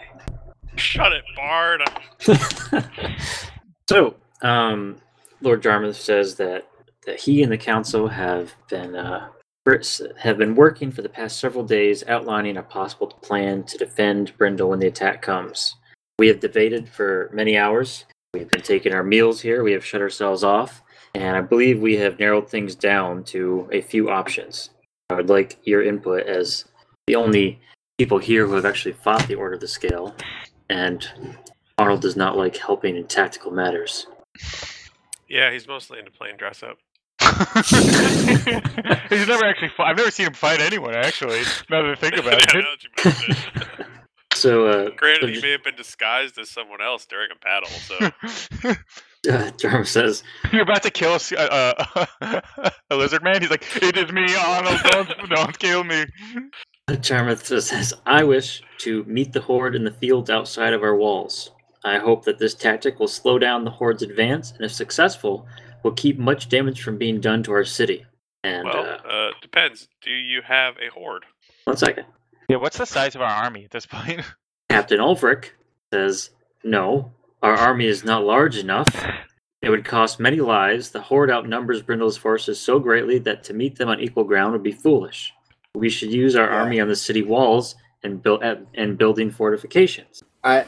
[SPEAKER 5] Shut it, Bard.
[SPEAKER 2] so, um, Lord Jarmuth says that, that he and the council have been uh, Brits have been working for the past several days, outlining a possible plan to defend Brindle when the attack comes. We have debated for many hours. We have been taking our meals here. We have shut ourselves off, and I believe we have narrowed things down to a few options. I would like your input as the only people here who have actually fought the Order of the Scale, and Arnold does not like helping in tactical matters.
[SPEAKER 5] Yeah, he's mostly into plain dress up.
[SPEAKER 3] He's never actually. Fought. I've never seen him fight anyone. Actually, now that I think about
[SPEAKER 5] Yeah,
[SPEAKER 3] it.
[SPEAKER 5] now that you mention it.
[SPEAKER 2] So, uh,
[SPEAKER 5] Granted, he may have been disguised as someone else during a battle, so
[SPEAKER 2] uh, Jarmuth says,
[SPEAKER 3] You're about to kill a, s- a- a- a lizard man. He's like, "It is me, Arnold. Don't, don't kill me."
[SPEAKER 2] Jarmuth says, I wish to meet the horde in the fields outside of our walls. I hope that this tactic will slow down the horde's advance, and if successful, will keep much damage from being done to our city. And
[SPEAKER 5] well,
[SPEAKER 2] uh,
[SPEAKER 5] uh, depends. Do you have a horde?
[SPEAKER 2] one second.
[SPEAKER 3] Yeah, what's the size of our army at this point?
[SPEAKER 2] Captain Ulfric says, No, our army is not large enough. It would cost many lives. The Horde outnumbers Brindle's forces so greatly that to meet them on equal ground would be foolish. We should use our
[SPEAKER 7] Yeah.
[SPEAKER 2] army on the city walls and build and building fortifications.
[SPEAKER 6] I,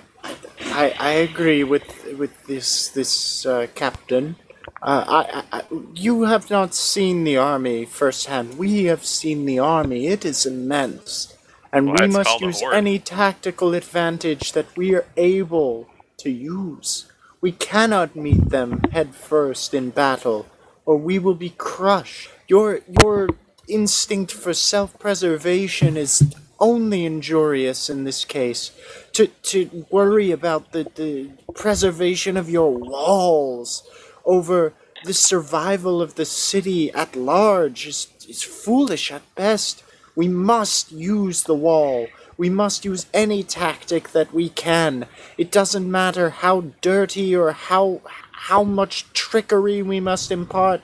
[SPEAKER 6] I, I agree with with this this uh, captain. Uh, I, I, I, you have not seen the army firsthand. We have seen the army. It is immense, and
[SPEAKER 5] Well,
[SPEAKER 6] we
[SPEAKER 5] it's
[SPEAKER 6] must
[SPEAKER 5] called a
[SPEAKER 6] use
[SPEAKER 5] horde.
[SPEAKER 6] any tactical advantage that we are able to use. We cannot meet them head first in battle, or we will be crushed. Your your instinct for self-preservation is only injurious in this case. To to worry about the, the preservation of your walls over the survival of the city at large is, is foolish at best. We must use the wall. We must use any tactic that we can. It doesn't matter how dirty or how how much trickery we must impart.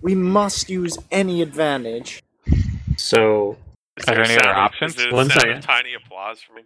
[SPEAKER 6] We must use any advantage.
[SPEAKER 2] So
[SPEAKER 5] Is
[SPEAKER 3] Are there
[SPEAKER 5] a
[SPEAKER 3] any other
[SPEAKER 5] sound of-
[SPEAKER 3] options?
[SPEAKER 5] Is there
[SPEAKER 2] One
[SPEAKER 5] a sound
[SPEAKER 2] second.
[SPEAKER 5] of tiny applause for me?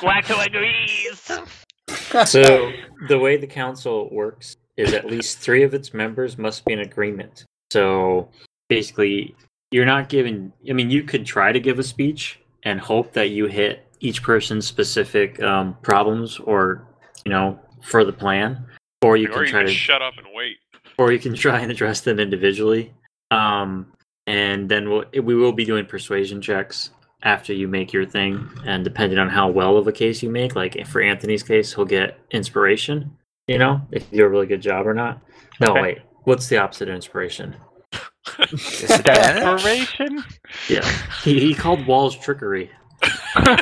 [SPEAKER 3] Guato agrees.
[SPEAKER 2] So the way the council works is at least three of its members must be in agreement. So basically, you're not giving. I mean, you could try to give a speech and hope that you hit each person's specific um, problems or you know for the plan, or you
[SPEAKER 5] or
[SPEAKER 2] can
[SPEAKER 5] you
[SPEAKER 2] try
[SPEAKER 5] can
[SPEAKER 2] to,
[SPEAKER 5] shut up and wait.
[SPEAKER 2] or you can try and address them individually. Um, and then we'll, we will be doing persuasion checks after you make your thing, and depending on how well of a case you make, like if for Anthony's case, he'll get inspiration. You know, if you do a really good job or not. No,
[SPEAKER 3] Okay.
[SPEAKER 2] wait. What's the opposite of inspiration?
[SPEAKER 3] Desperation.
[SPEAKER 2] Yeah, he, he called walls trickery.
[SPEAKER 6] No,
[SPEAKER 2] Well,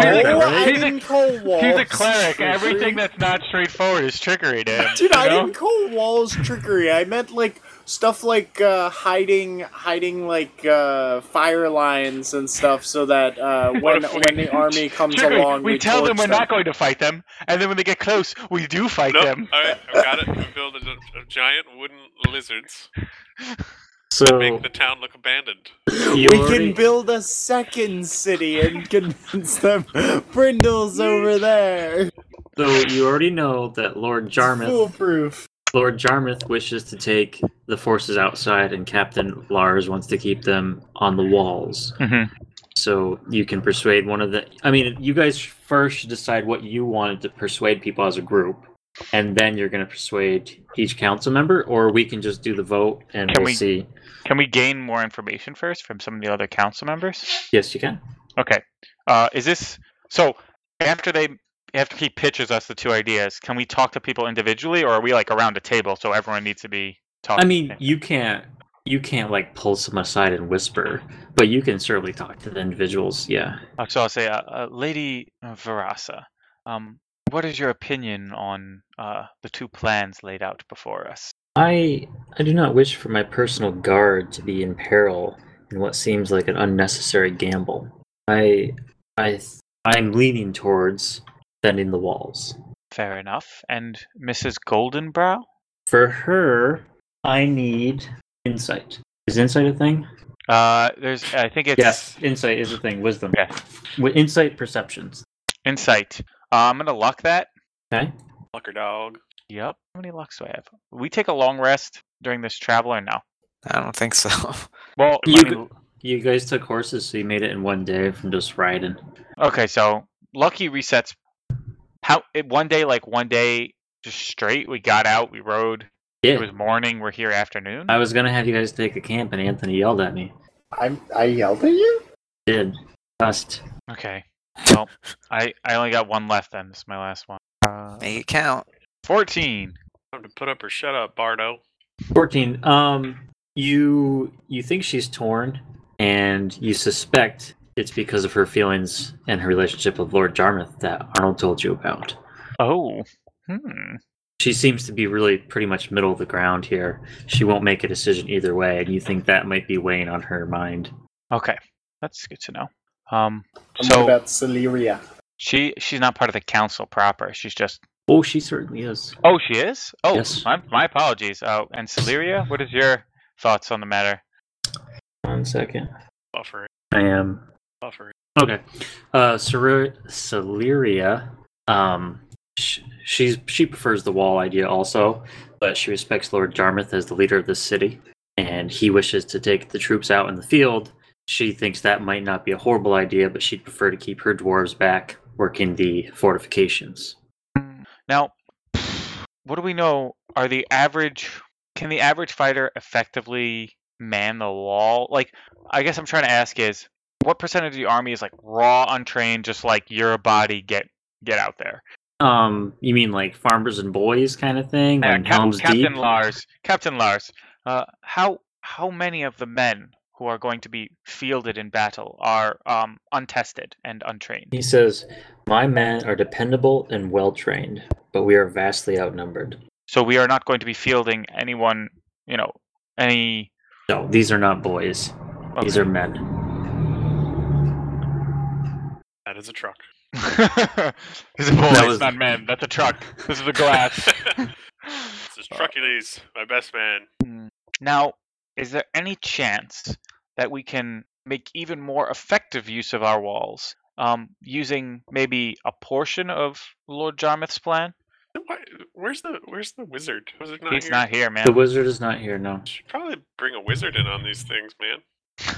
[SPEAKER 2] heard that,
[SPEAKER 6] I
[SPEAKER 2] right?
[SPEAKER 6] didn't call walls.
[SPEAKER 3] He's a cleric.
[SPEAKER 6] trickery.
[SPEAKER 3] Everything that's not straightforward is trickery, damn.
[SPEAKER 6] Dude,
[SPEAKER 3] you
[SPEAKER 6] I
[SPEAKER 3] know?
[SPEAKER 6] didn't call walls trickery. I meant like stuff like uh, hiding, hiding like uh, fire lines and stuff, so that uh, when
[SPEAKER 3] if we-
[SPEAKER 6] when the army comes
[SPEAKER 3] Trickery.
[SPEAKER 6] along,
[SPEAKER 3] we, tell them
[SPEAKER 6] torch
[SPEAKER 3] we're not going to fight them, and then when they get close, we do fight
[SPEAKER 5] nope.
[SPEAKER 3] them.
[SPEAKER 5] All right, I've got it. We build a, a giant wooden lizards.
[SPEAKER 2] So
[SPEAKER 5] Make the town look abandoned.
[SPEAKER 2] you
[SPEAKER 6] We
[SPEAKER 2] already-
[SPEAKER 6] can build a second city and convince them Brindle's over there.
[SPEAKER 2] so you already know that Lord Jarmuth
[SPEAKER 7] Foolproof.
[SPEAKER 2] Lord Jarmuth wishes to take the forces outside, and Captain Lars wants to keep them on the walls.
[SPEAKER 3] Mhm.
[SPEAKER 2] So you can persuade one of the. I mean, you guys first should decide what you wanted to persuade people as a group, and then you're going to persuade each council member, or we can just do the vote and
[SPEAKER 3] Can
[SPEAKER 2] we'll
[SPEAKER 3] we-
[SPEAKER 2] see.
[SPEAKER 3] Can we gain more information first from some of the other council members?
[SPEAKER 2] Yes, you can.
[SPEAKER 3] Okay. Uh, is this so? After they, after he pitches us the two ideas, can we talk to people individually, or are we like around a table so everyone needs to be talking?
[SPEAKER 2] I mean, you can't. You can't like pull someone aside and whisper, but you can certainly talk to the individuals. Yeah.
[SPEAKER 3] Uh, so I'll say, uh, uh, Lady uh, Verasa, um, what is your opinion on uh, the two plans laid out before us?
[SPEAKER 2] I I do not wish for my personal guard to be in peril in what seems like an unnecessary gamble. I I I'm leaning towards defending the walls.
[SPEAKER 3] Fair enough. And Mrs. Goldenbrow,
[SPEAKER 2] For her, I need insight. Is insight a thing?
[SPEAKER 3] Uh, there's, I think it's
[SPEAKER 2] Yes, insight is a thing. Wisdom.
[SPEAKER 3] Yeah.
[SPEAKER 2] With insight perceptions.
[SPEAKER 3] insight. Uh, I'm gonna luck that.
[SPEAKER 2] Okay.
[SPEAKER 5] Lucker dog.
[SPEAKER 3] Yep. How many lucks do I have? We take a long rest during this travel or no?
[SPEAKER 4] I don't think so.
[SPEAKER 3] Well, I
[SPEAKER 2] You,
[SPEAKER 3] mean,
[SPEAKER 2] gu- you guys took horses, so you made it in one day from just riding.
[SPEAKER 3] Okay, so lucky resets. How it, one day, like one day, just straight. We got out, we rode. It
[SPEAKER 2] Yeah.
[SPEAKER 3] was morning. We're here afternoon.
[SPEAKER 2] I was gonna have you guys take a camp, and Anthony yelled at me.
[SPEAKER 7] I'm, I yelled at you?
[SPEAKER 2] Did dust?
[SPEAKER 3] Okay. Well, I I only got one left. Then this is my last one. Uh,
[SPEAKER 4] Make it count.
[SPEAKER 3] Fourteen.
[SPEAKER 5] Time to put up or shut up, Bardo.
[SPEAKER 2] Fourteen. Um, you you think she's torn, and you suspect it's because of her feelings and her relationship with Lord Jarmuth that Arnold told you about.
[SPEAKER 3] Oh. Hmm.
[SPEAKER 2] She seems to be really pretty much middle of the ground here. She won't make a decision either way, and you think that might be weighing on her mind.
[SPEAKER 3] Okay. That's good to know. Um.
[SPEAKER 7] And what
[SPEAKER 3] So
[SPEAKER 7] about Celeria?
[SPEAKER 3] she she's not part of the council proper. She's just.
[SPEAKER 2] Oh, she certainly is.
[SPEAKER 3] Oh, she is. Oh,
[SPEAKER 2] Yes.
[SPEAKER 3] my my apologies. Oh, and Celeria, what is your thoughts on the matter?
[SPEAKER 2] One second.
[SPEAKER 5] Buffer.
[SPEAKER 2] I am
[SPEAKER 5] Buffer.
[SPEAKER 2] Okay. Uh, Ceru- Celeria, um, sh- she's she prefers the wall idea also, but she respects Lord Jarmuth as the leader of this city, and he wishes to take the troops out in the field. She thinks that might not be a horrible idea, but she'd prefer to keep her dwarves back working the fortifications.
[SPEAKER 3] Now, what do we know? Are the average can the average fighter effectively man the wall? Like, I guess I'm trying to ask is what percentage of the army is like raw, untrained, just like you're a body, get get out there.
[SPEAKER 2] Um, you mean like farmers and boys kind of thing?
[SPEAKER 3] Uh,
[SPEAKER 2] Like
[SPEAKER 3] Cap-
[SPEAKER 2] Helm's
[SPEAKER 3] Captain
[SPEAKER 2] Deep?
[SPEAKER 3] Lars, Captain Lars, uh, how how many of the men who are going to be fielded in battle are um, untested and untrained?
[SPEAKER 2] He says, "My men are dependable and well trained, but we are vastly outnumbered.
[SPEAKER 3] So we are not going to be fielding anyone, you know, any.
[SPEAKER 2] No, these are not boys. These
[SPEAKER 3] okay.
[SPEAKER 2] are men."
[SPEAKER 5] That is a truck.
[SPEAKER 3] There's a bull.
[SPEAKER 2] That
[SPEAKER 3] It's
[SPEAKER 2] was-
[SPEAKER 3] not men. That's a truck. This is a glass.
[SPEAKER 5] this is Trucules, my best man.
[SPEAKER 3] Hmm. now, is there any chance that we can make even more effective use of our walls um, using maybe a portion of Lord Jarmuth's plan?
[SPEAKER 5] Why, where's the Where's the wizard? Wizard not
[SPEAKER 3] He's
[SPEAKER 5] here?
[SPEAKER 3] not here, man.
[SPEAKER 2] The wizard is not here, no.
[SPEAKER 5] Should probably bring a wizard in on these things, man.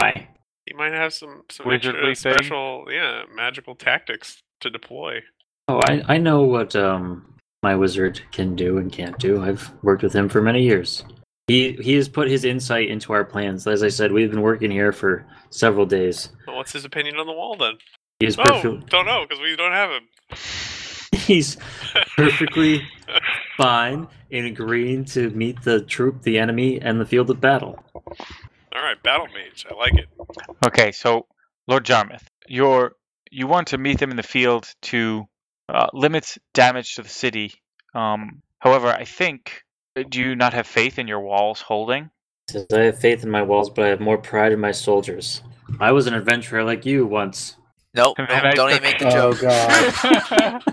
[SPEAKER 2] Why?
[SPEAKER 5] He might have some some
[SPEAKER 3] Wizardly
[SPEAKER 5] extra
[SPEAKER 3] thing?
[SPEAKER 5] special, yeah, magical tactics to deploy.
[SPEAKER 2] Oh, I, I know what um my wizard can do and can't do. I've worked with him for many years. He he has put his insight into our plans. As I said, we've been working here for several days.
[SPEAKER 5] Well, what's his opinion on the wall then?
[SPEAKER 2] He is
[SPEAKER 5] Oh,
[SPEAKER 2] perfect,
[SPEAKER 5] don't know because we don't have him.
[SPEAKER 2] he's perfectly fine in agreeing to meet the troop, the enemy, and the field of battle.
[SPEAKER 5] All right, battle mage. I like it.
[SPEAKER 3] Okay, so Lord Jarmuth, you're you want to meet them in the field to uh, limit damage to the city. Um, however, I think uh, do you not have faith in your walls holding?
[SPEAKER 2] He says, I have faith in my walls, but I have more pride in my soldiers. I was an adventurer like you once.
[SPEAKER 4] Nope.
[SPEAKER 3] And
[SPEAKER 4] nope,
[SPEAKER 3] I
[SPEAKER 4] don't even
[SPEAKER 3] took-
[SPEAKER 4] make the
[SPEAKER 7] Oh,
[SPEAKER 4] joke.
[SPEAKER 7] God.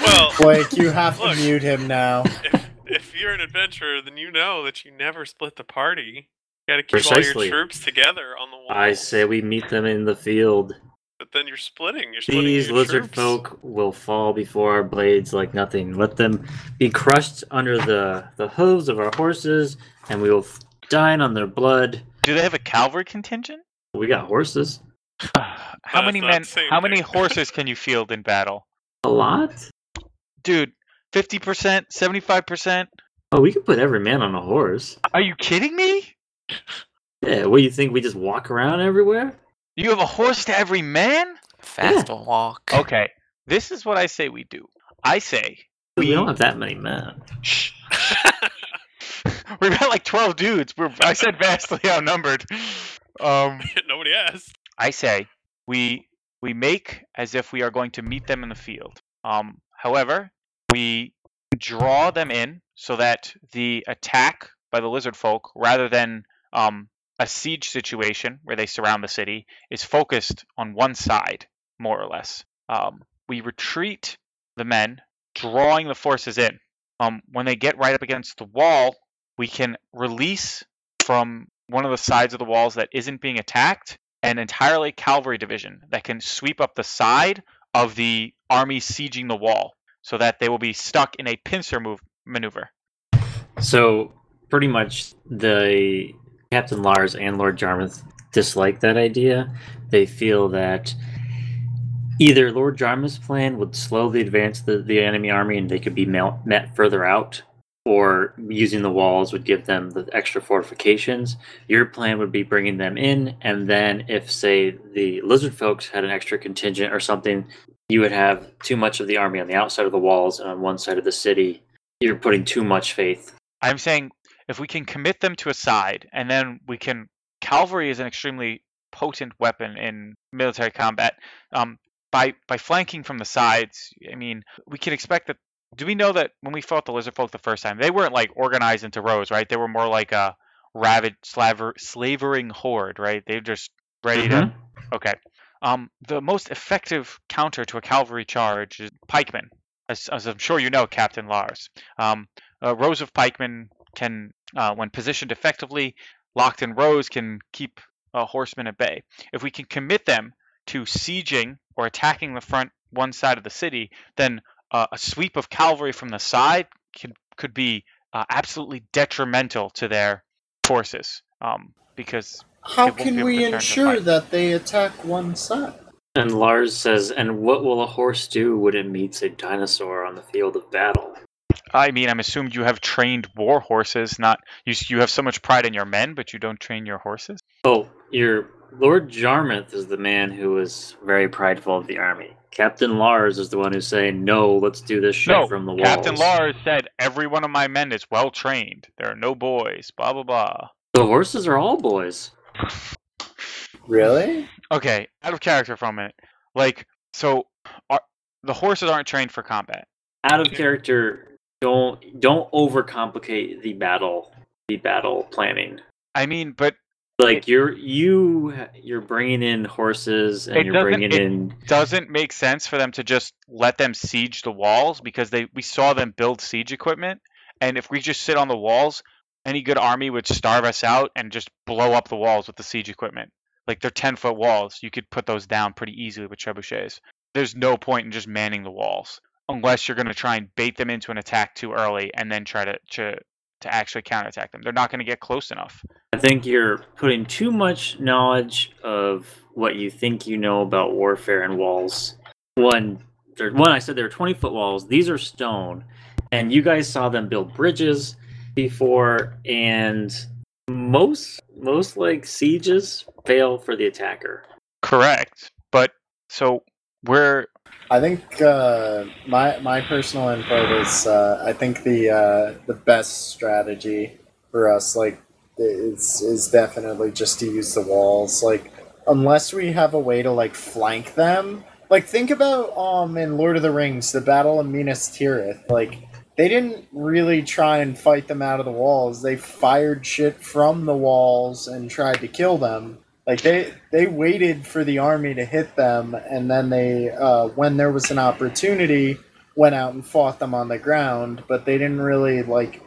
[SPEAKER 5] Well,
[SPEAKER 7] Blake, you have to
[SPEAKER 5] Look.
[SPEAKER 7] mute him now.
[SPEAKER 5] if, if you're an adventurer, then you know that you never split the party. You got to keep all
[SPEAKER 2] Precisely.
[SPEAKER 5] your troops together on the wall.
[SPEAKER 2] I say we meet them in the field.
[SPEAKER 5] But then you're splitting. You're splitting
[SPEAKER 2] These
[SPEAKER 5] your
[SPEAKER 2] lizard
[SPEAKER 5] troops.
[SPEAKER 2] folk will fall before our blades like nothing. Let them be crushed under the, the hooves of our horses, and we will dine on their blood.
[SPEAKER 3] do they have a cavalry contingent?
[SPEAKER 2] We got horses.
[SPEAKER 3] how
[SPEAKER 5] That's
[SPEAKER 3] many
[SPEAKER 5] Uh, not
[SPEAKER 3] men?
[SPEAKER 5] the same
[SPEAKER 3] How many
[SPEAKER 5] thing.
[SPEAKER 3] horses can you field in battle,
[SPEAKER 2] A lot?
[SPEAKER 3] dude? Fifty percent, seventy-five percent.
[SPEAKER 2] Oh, we could put every man on a horse.
[SPEAKER 3] Are you kidding me?
[SPEAKER 2] Yeah, what do you think? We just walk around everywhere?
[SPEAKER 3] You have a horse to every man?
[SPEAKER 4] Fast walk.
[SPEAKER 3] Okay, this is what I say we do. I say
[SPEAKER 2] We,
[SPEAKER 3] We-
[SPEAKER 2] don't have that many men.
[SPEAKER 3] Shh. We've got like twelve dudes. We're I said vastly outnumbered. Um,
[SPEAKER 5] Nobody asked.
[SPEAKER 3] I say we we make as if we are going to meet them in the field. Um, however, we draw them in so that the attack by the lizard folk, rather than um, a siege situation where they surround the city, is focused on one side more or less. Um, we retreat the men, drawing the forces in. Um, when they get right up against the wall, we can release from one of the sides of the walls that isn't being attacked an entirely cavalry division that can sweep up the side of the army sieging the wall so that they will be stuck in a pincer move maneuver.
[SPEAKER 2] So pretty much the Captain Lars and Lord Jarmuth dislike that idea. They feel that either Lord Jarmuth's plan would slow the advance of the, the enemy army and they could be mel- met further out, or using the walls would give them the extra fortifications. Your plan would be bringing them in, and then if, say, the lizard folks had an extra contingent or something, you would have too much of the army on the outside of the walls and on one side of the city. You're putting too much faith
[SPEAKER 3] I'm saying if we can commit them to a side and then we can cavalry is an extremely potent weapon in military combat. Um, by by flanking from the sides, I mean we can expect that. Do we know that when we fought the lizard folk the first time, they weren't like organized into rows, right? They were more like a ravaged slaver, slavering horde, right? They're just ready
[SPEAKER 2] Mm-hmm.
[SPEAKER 3] to. Okay. Um, the most effective counter to a cavalry charge is pikemen, as, as I'm sure you know, Captain Lars. Um, uh, rows of pikemen can, uh, when positioned effectively, locked in rows, can keep uh, horsemen at bay. If we can commit them to sieging or attacking the front one side of the city, then uh, a sweep of cavalry from the side could could be uh, absolutely detrimental to their forces. Um, because
[SPEAKER 6] How
[SPEAKER 3] It won't be
[SPEAKER 6] can
[SPEAKER 3] able to
[SPEAKER 6] we
[SPEAKER 3] turn to
[SPEAKER 6] ensure
[SPEAKER 3] fight.
[SPEAKER 6] that they attack one side?
[SPEAKER 2] And Lars says, And what will a horse do when it meets a dinosaur on the field of battle?
[SPEAKER 3] I mean, I'm assumed you have trained war horses. Not you. s- You have so much pride in your men, but you don't train your horses.
[SPEAKER 2] Oh, your Lord Jarmuth is the man who is very prideful of the army. Captain Lars is the one who's saying, No, let's do this shit
[SPEAKER 3] No,
[SPEAKER 2] from the walls.
[SPEAKER 3] Captain Lars said, "Every one of my men is well trained. There are no boys." Blah blah blah.
[SPEAKER 2] The horses are all boys.
[SPEAKER 6] Really?
[SPEAKER 3] Okay, out of character for a minute. Like, so are, the horses aren't trained for combat.
[SPEAKER 2] Out of character, don't don't overcomplicate the battle the battle planning.
[SPEAKER 3] I mean, but
[SPEAKER 2] Like you're you you're bringing in horses and
[SPEAKER 3] It
[SPEAKER 2] you're
[SPEAKER 3] doesn't-
[SPEAKER 2] bringing
[SPEAKER 3] it-
[SPEAKER 2] in
[SPEAKER 3] doesn't make sense for them to just let them siege the walls because they we saw them build siege equipment, and if we just sit on the walls, any good army would starve us out and just blow up the walls with the siege equipment. Like they're ten foot walls, you could put those down pretty easily with trebuchets. There's no point in just manning the walls unless you're going to try and bait them into an attack too early and then try to to, to actually counterattack them. They're not going to get close enough.
[SPEAKER 2] I think you're putting too much knowledge of what you think you know about warfare and walls. One, there- one I said they were 20 foot walls. These are stone, and you guys saw them build bridges before, and most most like sieges fail for the attacker.
[SPEAKER 3] Correct. But so we're
[SPEAKER 6] I think uh, my my personal input is uh, I think the uh, the best strategy for us like is is definitely just to use the walls like unless we have a way to like flank them like think about um in Lord of the Rings the Battle of Minas Tirith like they didn't really try and fight them out of the walls they fired shit from the walls and tried to kill them like they they waited for the army to hit them, and then they, uh, when there was an opportunity, went out and fought them on the ground. But they didn't really like,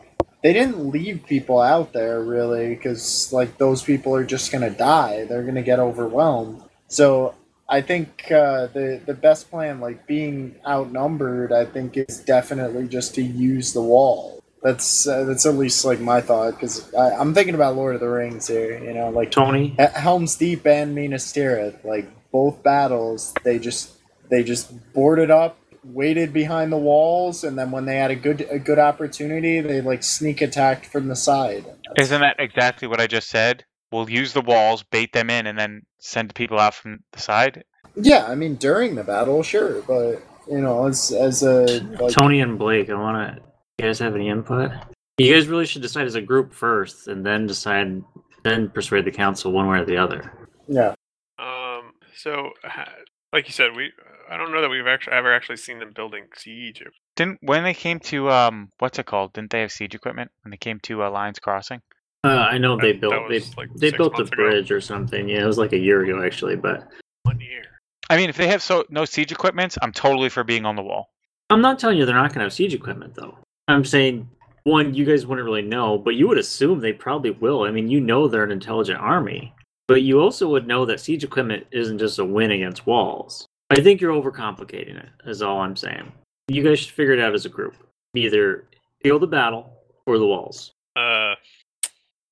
[SPEAKER 6] they didn't leave people out there really, because like those people are just gonna die. They're gonna get overwhelmed. So I think uh, the the best plan, like being outnumbered, I think is definitely just to use the wall. That's uh, that's at least like my thought, because I'm thinking about Lord of the Rings here. You know, like
[SPEAKER 2] Tony,
[SPEAKER 6] at Helm's Deep and Minas Tirith, like both battles, they just they just boarded up, waited behind the walls, and then when they had a good a good opportunity, they like sneak attacked from the side.
[SPEAKER 3] Isn't that exactly what I just said? We'll use the walls, bait them in, and then send people out from the side.
[SPEAKER 6] Yeah, I mean during the battle, sure, but you know, as as a like,
[SPEAKER 2] Tony and Blake, I want to. You guys have any input? You guys really should decide as a group first, and then decide, then persuade the council one way or the other.
[SPEAKER 6] yeah,
[SPEAKER 5] Um, so, ha- like you said, we I don't know that we've actually ever actually seen them building siege.
[SPEAKER 3] Didn't when they came to um what's it called? Didn't they have siege equipment when they came to uh, Lions Crossing?
[SPEAKER 2] Uh, I know they
[SPEAKER 5] That-
[SPEAKER 2] built
[SPEAKER 5] that
[SPEAKER 2] they,
[SPEAKER 5] was, like,
[SPEAKER 2] they
[SPEAKER 5] six
[SPEAKER 2] built a
[SPEAKER 5] months ago.
[SPEAKER 2] bridge or something. Yeah, it was like a year ago actually, but
[SPEAKER 5] One year.
[SPEAKER 3] I mean, if they have so no siege equipment, I'm totally for being on the wall.
[SPEAKER 2] I'm not telling you they're not going to have siege equipment though. I'm saying one, you guys wouldn't really know, but you would assume they probably will. I mean, you know they're an intelligent army, but you also would know that siege equipment isn't just a win against walls. I think you're overcomplicating it. Is all I'm saying. You guys should figure it out as a group. Either feel the battle or the walls.
[SPEAKER 5] Uh,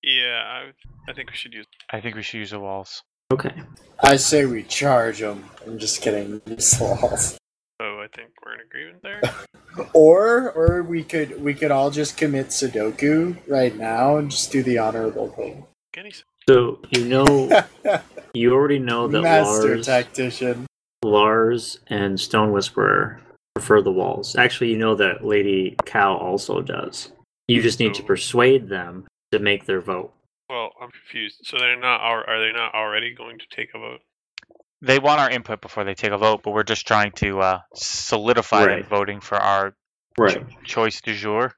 [SPEAKER 5] yeah, I, I think we should use.
[SPEAKER 3] I think we should use the walls.
[SPEAKER 2] Okay.
[SPEAKER 7] I say we charge them. I'm just kidding. Use the walls.
[SPEAKER 5] So I think we're in agreement there.
[SPEAKER 7] Or or we could we could all just commit Sudoku right now and just do the honorable thing.
[SPEAKER 5] Any s-
[SPEAKER 2] So you know, you already know Oh, that
[SPEAKER 7] Master
[SPEAKER 2] Lars,
[SPEAKER 7] tactician.
[SPEAKER 2] Lars and Stone Whisperer prefer the walls. Actually, you know that Lady Cow also does. You just need to
[SPEAKER 5] Oh.
[SPEAKER 2] persuade them to make their vote.
[SPEAKER 5] Well, I'm confused. So they're not. al- Are they not already going to take a vote?
[SPEAKER 3] They want our input before they take a vote, but we're just trying to uh, solidify them
[SPEAKER 2] Right.
[SPEAKER 3] voting for our choice du jour.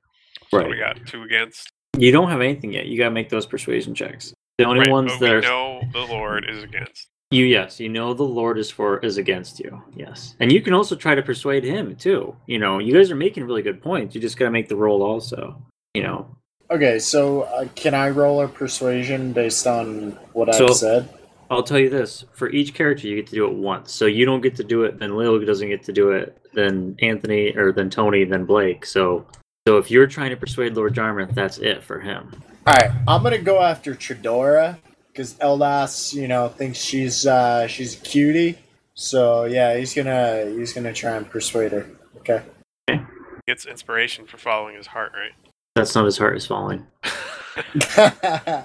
[SPEAKER 5] So we got two against.
[SPEAKER 2] You don't have anything yet. You gotta make those persuasion checks. The only
[SPEAKER 5] right,
[SPEAKER 2] ones
[SPEAKER 5] but
[SPEAKER 2] that
[SPEAKER 5] we
[SPEAKER 2] are
[SPEAKER 5] know the Lord is against.
[SPEAKER 2] you, yes, you know the Lord is for is against you. Yes, and you can also try to persuade him too. You know, you guys are making really good points. You just gotta make the roll also. You know,
[SPEAKER 7] Okay, so uh, can I roll a persuasion based on what
[SPEAKER 2] So-
[SPEAKER 7] I've said?
[SPEAKER 2] I'll tell you this: for each character, you get to do it once. So you don't get to do it, then Lil doesn't get to do it, then Anthony or then Tony, then Blake. So, so if you're trying to persuade Lord Jarmuth, that's it for him.
[SPEAKER 7] All right, I'm gonna go after Tridora because Eldas, you know, thinks she's uh, she's a cutie. So yeah, he's gonna he's gonna try and persuade her. Okay.
[SPEAKER 5] Gets inspiration for following his heart, right?
[SPEAKER 2] That's not his heart is falling.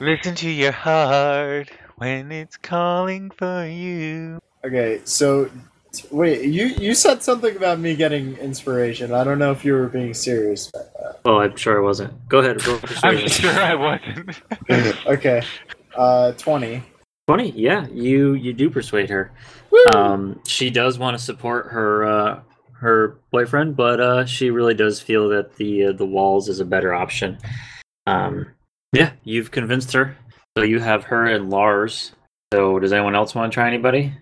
[SPEAKER 3] Listen to your heart when it's calling for you.
[SPEAKER 7] okay, so t- wait, you you said something about me getting inspiration. I don't know if you were being serious.
[SPEAKER 2] Oh, I'm sure it wasn't. Go ahead, roll
[SPEAKER 3] I'm
[SPEAKER 2] persuasion.
[SPEAKER 3] sure I wasn't.
[SPEAKER 7] okay, uh, twenty.
[SPEAKER 2] Tony, yeah, you you do persuade her.
[SPEAKER 7] Woo!
[SPEAKER 2] Um, she does want to support her uh, her boyfriend, but uh, she really does feel that the uh, the walls is a better option. Um, yeah, you've convinced her. So you have her and Lars. So does anyone else want to try anybody?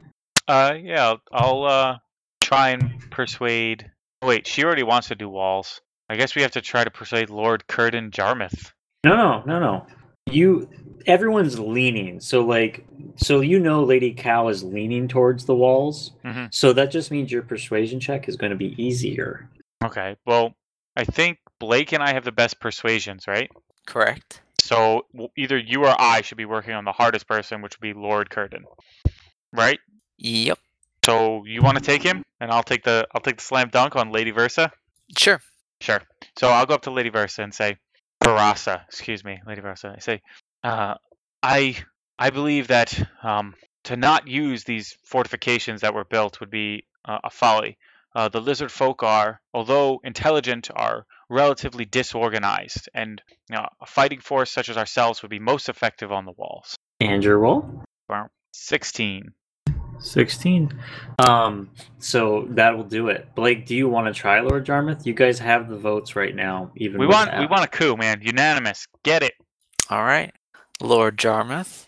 [SPEAKER 3] Uh, yeah, I'll, I'll uh try and persuade. oh, Wait, she already wants to do walls. I guess we have to try to persuade Lord Curtin Jarmuth.
[SPEAKER 2] No, no, no, no. You everyone's leaning. So like, so you know, Lady Cow is leaning towards the walls.
[SPEAKER 3] Mhm.
[SPEAKER 2] So that just means your persuasion check is going to be easier.
[SPEAKER 3] Okay, well, I think Blake and I have the best persuasions, right?
[SPEAKER 4] Correct.
[SPEAKER 3] So w- either you or I should be working on the hardest person, which would be Lord Curtin, right?
[SPEAKER 4] Yep.
[SPEAKER 3] So you want to take him, and I'll take the I'll take the slam dunk on Lady Versa.
[SPEAKER 4] Sure.
[SPEAKER 3] Sure. So I'll go up to Lady Versa and say, Verasa, excuse me, Lady Versa. I say, uh, I I believe that um, to not use these fortifications that were built would be uh, a folly. Uh, the lizard folk are, although intelligent, are relatively disorganized, and you know, a fighting force such as ourselves would be most effective on the walls.
[SPEAKER 2] And your roll.
[SPEAKER 3] 16.
[SPEAKER 2] 16 um so that will do it blake do you want to try lord jarmuth you guys have the votes right now even
[SPEAKER 3] We
[SPEAKER 2] with
[SPEAKER 3] want we
[SPEAKER 2] that.
[SPEAKER 3] want a coup, man. Unanimous. Get it.
[SPEAKER 4] All right. Lord Jarmuth.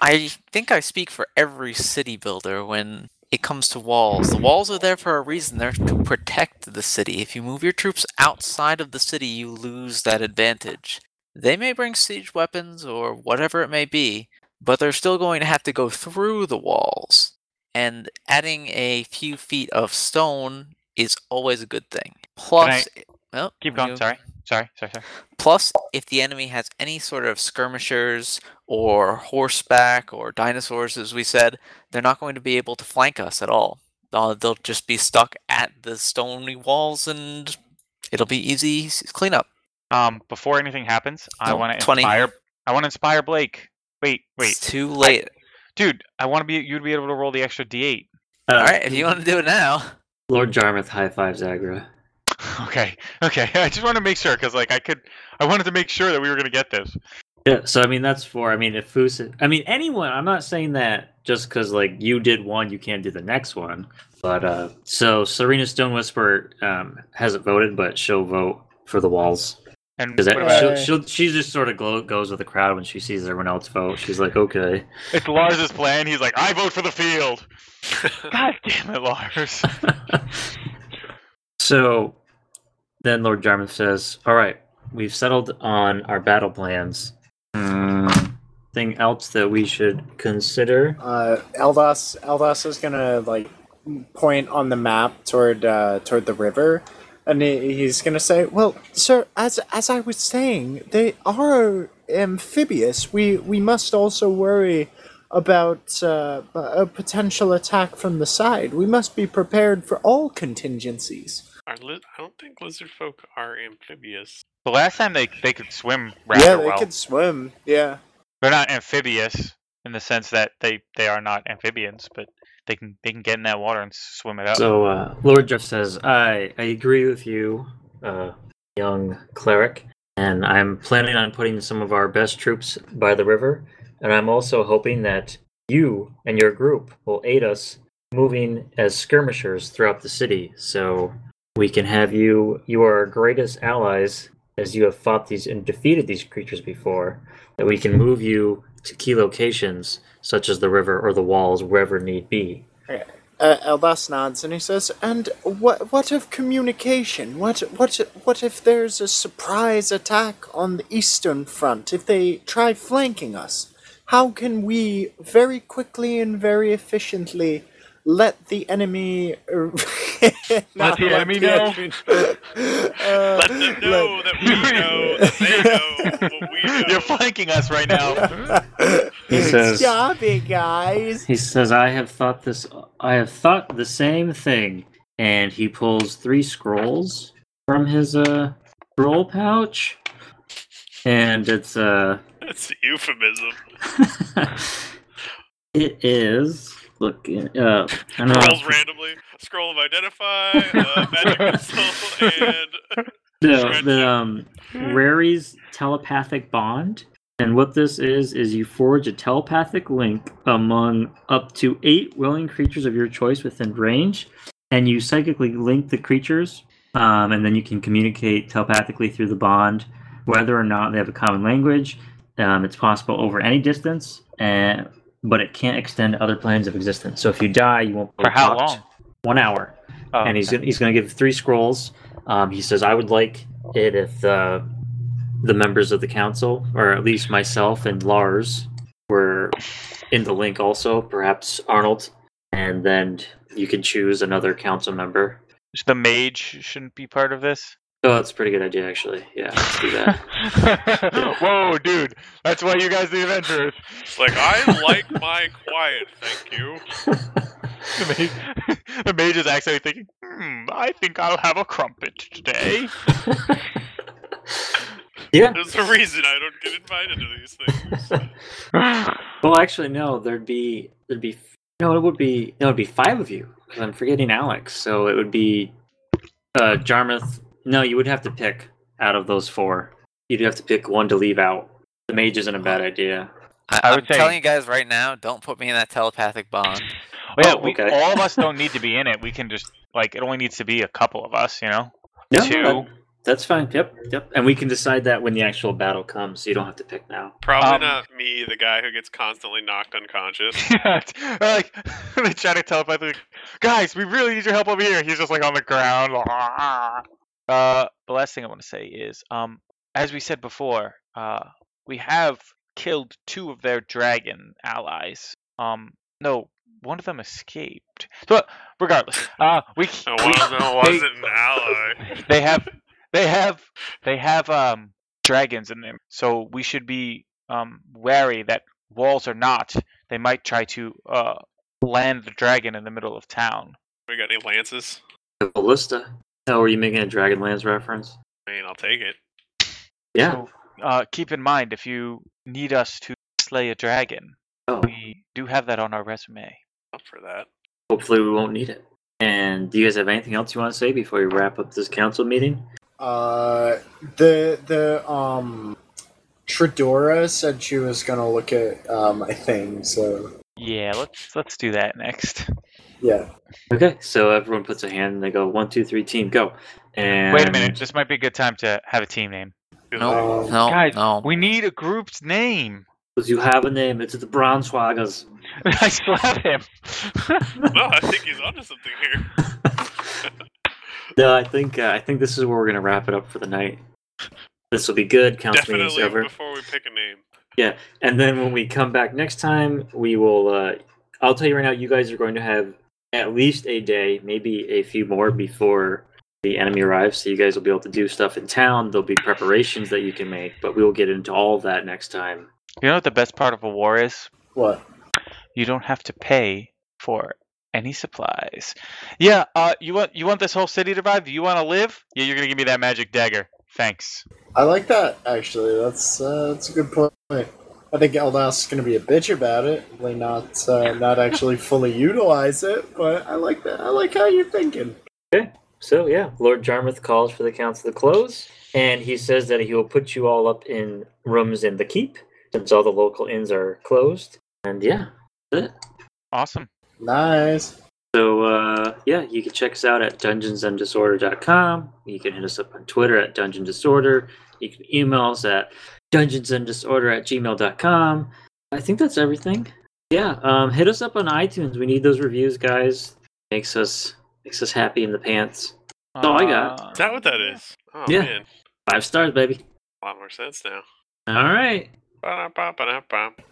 [SPEAKER 4] I think I speak for every city builder when it comes to walls. The walls are there for a reason. They're to protect the city. If you move your troops outside of the city, you lose that advantage. They may bring siege weapons or whatever it may be, but they're still going to have to go through the walls. And adding a few feet of stone is always a good thing. Plus, oh,
[SPEAKER 3] Keep
[SPEAKER 4] you
[SPEAKER 3] going.
[SPEAKER 4] go.
[SPEAKER 3] Sorry. Sorry. Sorry. Sorry.
[SPEAKER 4] Plus, if the enemy has any sort of skirmishers or horseback or dinosaurs, as we said, they're not going to be able to flank us at all. Uh, they'll just be stuck at the stony walls and it'll be easy s- cleanup.
[SPEAKER 3] Um, before anything happens, I
[SPEAKER 4] Oh,
[SPEAKER 3] want to
[SPEAKER 4] 20.
[SPEAKER 3] inspire. I want to inspire Blake. Wait,
[SPEAKER 4] It's
[SPEAKER 3] wait,
[SPEAKER 4] too late.
[SPEAKER 3] dude. I want to be. You'd be able to roll the extra d8.
[SPEAKER 2] Uh,
[SPEAKER 4] all right, if you want to do it now.
[SPEAKER 2] lord jarmuth high fives agra
[SPEAKER 3] Okay, okay. I just want to make sure because, like, I could. I wanted to make sure that we were gonna get this.
[SPEAKER 2] yeah so i mean that's four i mean if Fus, i mean anyone i'm not saying that just because like you did one you can't do the next one but uh so serena stone whisper um hasn't voted but she'll vote for the walls
[SPEAKER 3] And
[SPEAKER 2] because
[SPEAKER 3] what about
[SPEAKER 7] uh,
[SPEAKER 2] she'll, she'll she just sort of glo- goes with the crowd when she sees everyone else vote she's like okay
[SPEAKER 3] it's Lars's plan? He's like, I vote for the field. God damn it, Lars.
[SPEAKER 2] so Then Lord Jarmuth says, "All right, we've settled on our battle plans. Thing else that we should consider?
[SPEAKER 6] Uh, Eldas Eldas is gonna like point on the map toward uh, toward the river, and he, he's gonna say, "Well, sir, as as I was saying, they are amphibious. We we must also worry about uh, a potential attack from the side. We must be prepared for all contingencies."
[SPEAKER 5] Are li- I don't think lizard folk are amphibious.
[SPEAKER 3] The last time they they could swim rather
[SPEAKER 6] yeah, they
[SPEAKER 3] well.
[SPEAKER 6] could swim. Yeah,
[SPEAKER 3] They're not amphibious in the sense that they they are not amphibians, but they can they can get in that water and swim it up.
[SPEAKER 2] So uh, Lord Jeff says, I, I agree with you, uh, young cleric, and I'm planning on putting some of our best troops by the river, and I'm also hoping that you and your group will aid us moving as skirmishers throughout the city, so we can have you, you are our greatest allies, as you have fought these and defeated these creatures before, that we can move you to key locations such as the river or the walls, wherever need be.
[SPEAKER 6] Uh, Eldas nods and he says, "And what what of communication? What what what if there's a surprise attack on the eastern front? If they try flanking us, how can we very quickly and very efficiently let the enemy
[SPEAKER 3] Let the enemy know.
[SPEAKER 6] Uh,
[SPEAKER 5] Let them know that we know that they know what we know.
[SPEAKER 3] You're flanking us right now.
[SPEAKER 2] He says,
[SPEAKER 6] Stop it, guys!
[SPEAKER 2] He says, "I have thought this. I have thought the same thing." And he pulls three scrolls from his uh scroll pouch, and it's uh,
[SPEAKER 5] That's a euphemism.
[SPEAKER 2] it is looking uh, I don't
[SPEAKER 5] Rolls
[SPEAKER 2] know.
[SPEAKER 5] randomly. Scroll of identify, uh, magic missile, and
[SPEAKER 2] No, the um,
[SPEAKER 5] Mm-hmm.
[SPEAKER 2] Rari's telepathic bond. And what this is, is you forge a telepathic link among up to eight willing creatures of your choice within range, and you psychically link the creatures, um, and then you can communicate telepathically through the bond, whether or not they have a common language. Um, it's possible over any distance, and, but it can't extend to other planes of existence. So if you die, you won't. be
[SPEAKER 3] For how
[SPEAKER 2] blocked.
[SPEAKER 3] long?
[SPEAKER 2] One hour
[SPEAKER 3] Oh,
[SPEAKER 2] and he's gonna, he's going to give three scrolls. Um, he says, "I would like it if uh, the members of the council, or at least myself and Lars, were in the link also. Perhaps Arnold, and then you can choose another council member."
[SPEAKER 3] the mage shouldn't be part of this.
[SPEAKER 2] Oh, that's a pretty good idea, actually. Yeah, let's do that.
[SPEAKER 3] Whoa, dude! That's why you guys the adventurers.
[SPEAKER 5] it's like I like my quiet, thank you.
[SPEAKER 3] The mage, the mage is actually thinking, "Hmm, I think I'll have a crumpet today."
[SPEAKER 2] yeah.
[SPEAKER 5] There's a reason I don't get invited to these things.
[SPEAKER 2] Well, actually, no. There'd be there'd be no. It would be no. It'd be five of you. 'cause I'm forgetting Alex, so it would be uh, Jarmuth. No, you would have to pick out of those four. You'd have to pick one to leave out. The mage isn't a bad idea.
[SPEAKER 4] I,
[SPEAKER 3] I
[SPEAKER 4] I
[SPEAKER 3] would
[SPEAKER 4] am
[SPEAKER 3] say-
[SPEAKER 4] telling you guys right now, don't put me in that telepathic bond.
[SPEAKER 3] yeah,
[SPEAKER 2] Oh,
[SPEAKER 3] we,
[SPEAKER 2] okay.
[SPEAKER 3] all of us don't need to be in it. We can just like it only needs to be a couple of us, you know.
[SPEAKER 2] No,
[SPEAKER 3] Two.
[SPEAKER 2] that- that's fine. Yep, yep. And we can decide that when the actual battle comes. So you don't have to pick now.
[SPEAKER 5] Probably
[SPEAKER 3] Um,
[SPEAKER 5] not me, the guy who gets constantly knocked unconscious.
[SPEAKER 3] They're like they try to telepathically, guys, we really need your help over here. He's just like on the ground. Uh, the last thing I want to say is, um, as we said before, uh, we have killed two of their dragon allies. Um, no, one of them escaped. But regardless, uh, we,
[SPEAKER 5] No,
[SPEAKER 3] we
[SPEAKER 5] one of them
[SPEAKER 3] they-
[SPEAKER 5] wasn't an ally.
[SPEAKER 3] they have they have they have um dragons in them so we should be um wary that walls are not they might try to uh land the dragon in the middle of town
[SPEAKER 5] We got any lances?
[SPEAKER 2] The ballista. Oh, were you making a Dragonlance reference?
[SPEAKER 5] I mean, I'll take it.
[SPEAKER 2] Yeah.
[SPEAKER 3] so, uh keep in mind if you need us to slay a dragon
[SPEAKER 2] Oh.
[SPEAKER 3] we do have that on our resume
[SPEAKER 5] Up for that.
[SPEAKER 2] Hopefully, we won't need it. And do you guys have anything else you want to say before we wrap up this council meeting?
[SPEAKER 6] Uh, the the um, Tridora said she was gonna look at uh, my thing, so
[SPEAKER 3] yeah let's let's do that next
[SPEAKER 6] yeah.
[SPEAKER 2] Okay, so everyone puts a hand and they go one, two, three, team, go. And
[SPEAKER 3] wait a minute this might be a good time to have a team name
[SPEAKER 4] No,
[SPEAKER 6] Um,
[SPEAKER 4] no,
[SPEAKER 3] guys,
[SPEAKER 4] no.
[SPEAKER 3] we need a group's name
[SPEAKER 2] Because you have a name, it's the Brownswaggers.
[SPEAKER 3] i slap him
[SPEAKER 5] No, I think he's onto something here.
[SPEAKER 2] No, I think uh, I think this is where we're gonna wrap it up for the night. This will be good. Council meeting's
[SPEAKER 5] Definitely
[SPEAKER 2] over,
[SPEAKER 5] before we pick a name.
[SPEAKER 2] and then when we come back next time, we will. Uh, I'll tell you right now, you guys are going to have at least a day, maybe a few more before the enemy arrives. So you guys will be able to do stuff in town. There'll be preparations that you can make, but we will get into all of that next time.
[SPEAKER 3] You know what the best part of a war is?
[SPEAKER 7] What?
[SPEAKER 3] You don't have to pay for any supplies. Yeah, uh, you want you want this whole city to vibe? You want to live? Yeah, you're gonna give me that magic dagger. Thanks.
[SPEAKER 7] I like that actually. That's uh, that's a good point. I think Eldas is going to be a bitch about it. Probably not uh, not actually fully utilize it, but I like that. I like how you're thinking.
[SPEAKER 2] So yeah, Lord Jarmuth calls for the council to close, and he says that he will put you all up in rooms in the keep, since all the local inns are closed. And yeah, that's it.
[SPEAKER 3] Awesome.
[SPEAKER 7] Nice.
[SPEAKER 2] So uh, yeah, you can check us out at dungeonsanddisorder.com. You can hit us up on Twitter at Dungeon Disorder. You can email us at dungeonsanddisorder at gmail.com. I think that's everything. Yeah, um, hit us up on iTunes. We need those reviews, guys. Makes us makes us happy in the pants. all I got.
[SPEAKER 5] Is that what that is? Oh
[SPEAKER 2] Yeah.
[SPEAKER 5] man,
[SPEAKER 2] Five stars, baby.
[SPEAKER 5] a lot more sense now.
[SPEAKER 2] All right.
[SPEAKER 5] Ba-da-ba-ba-da-ba.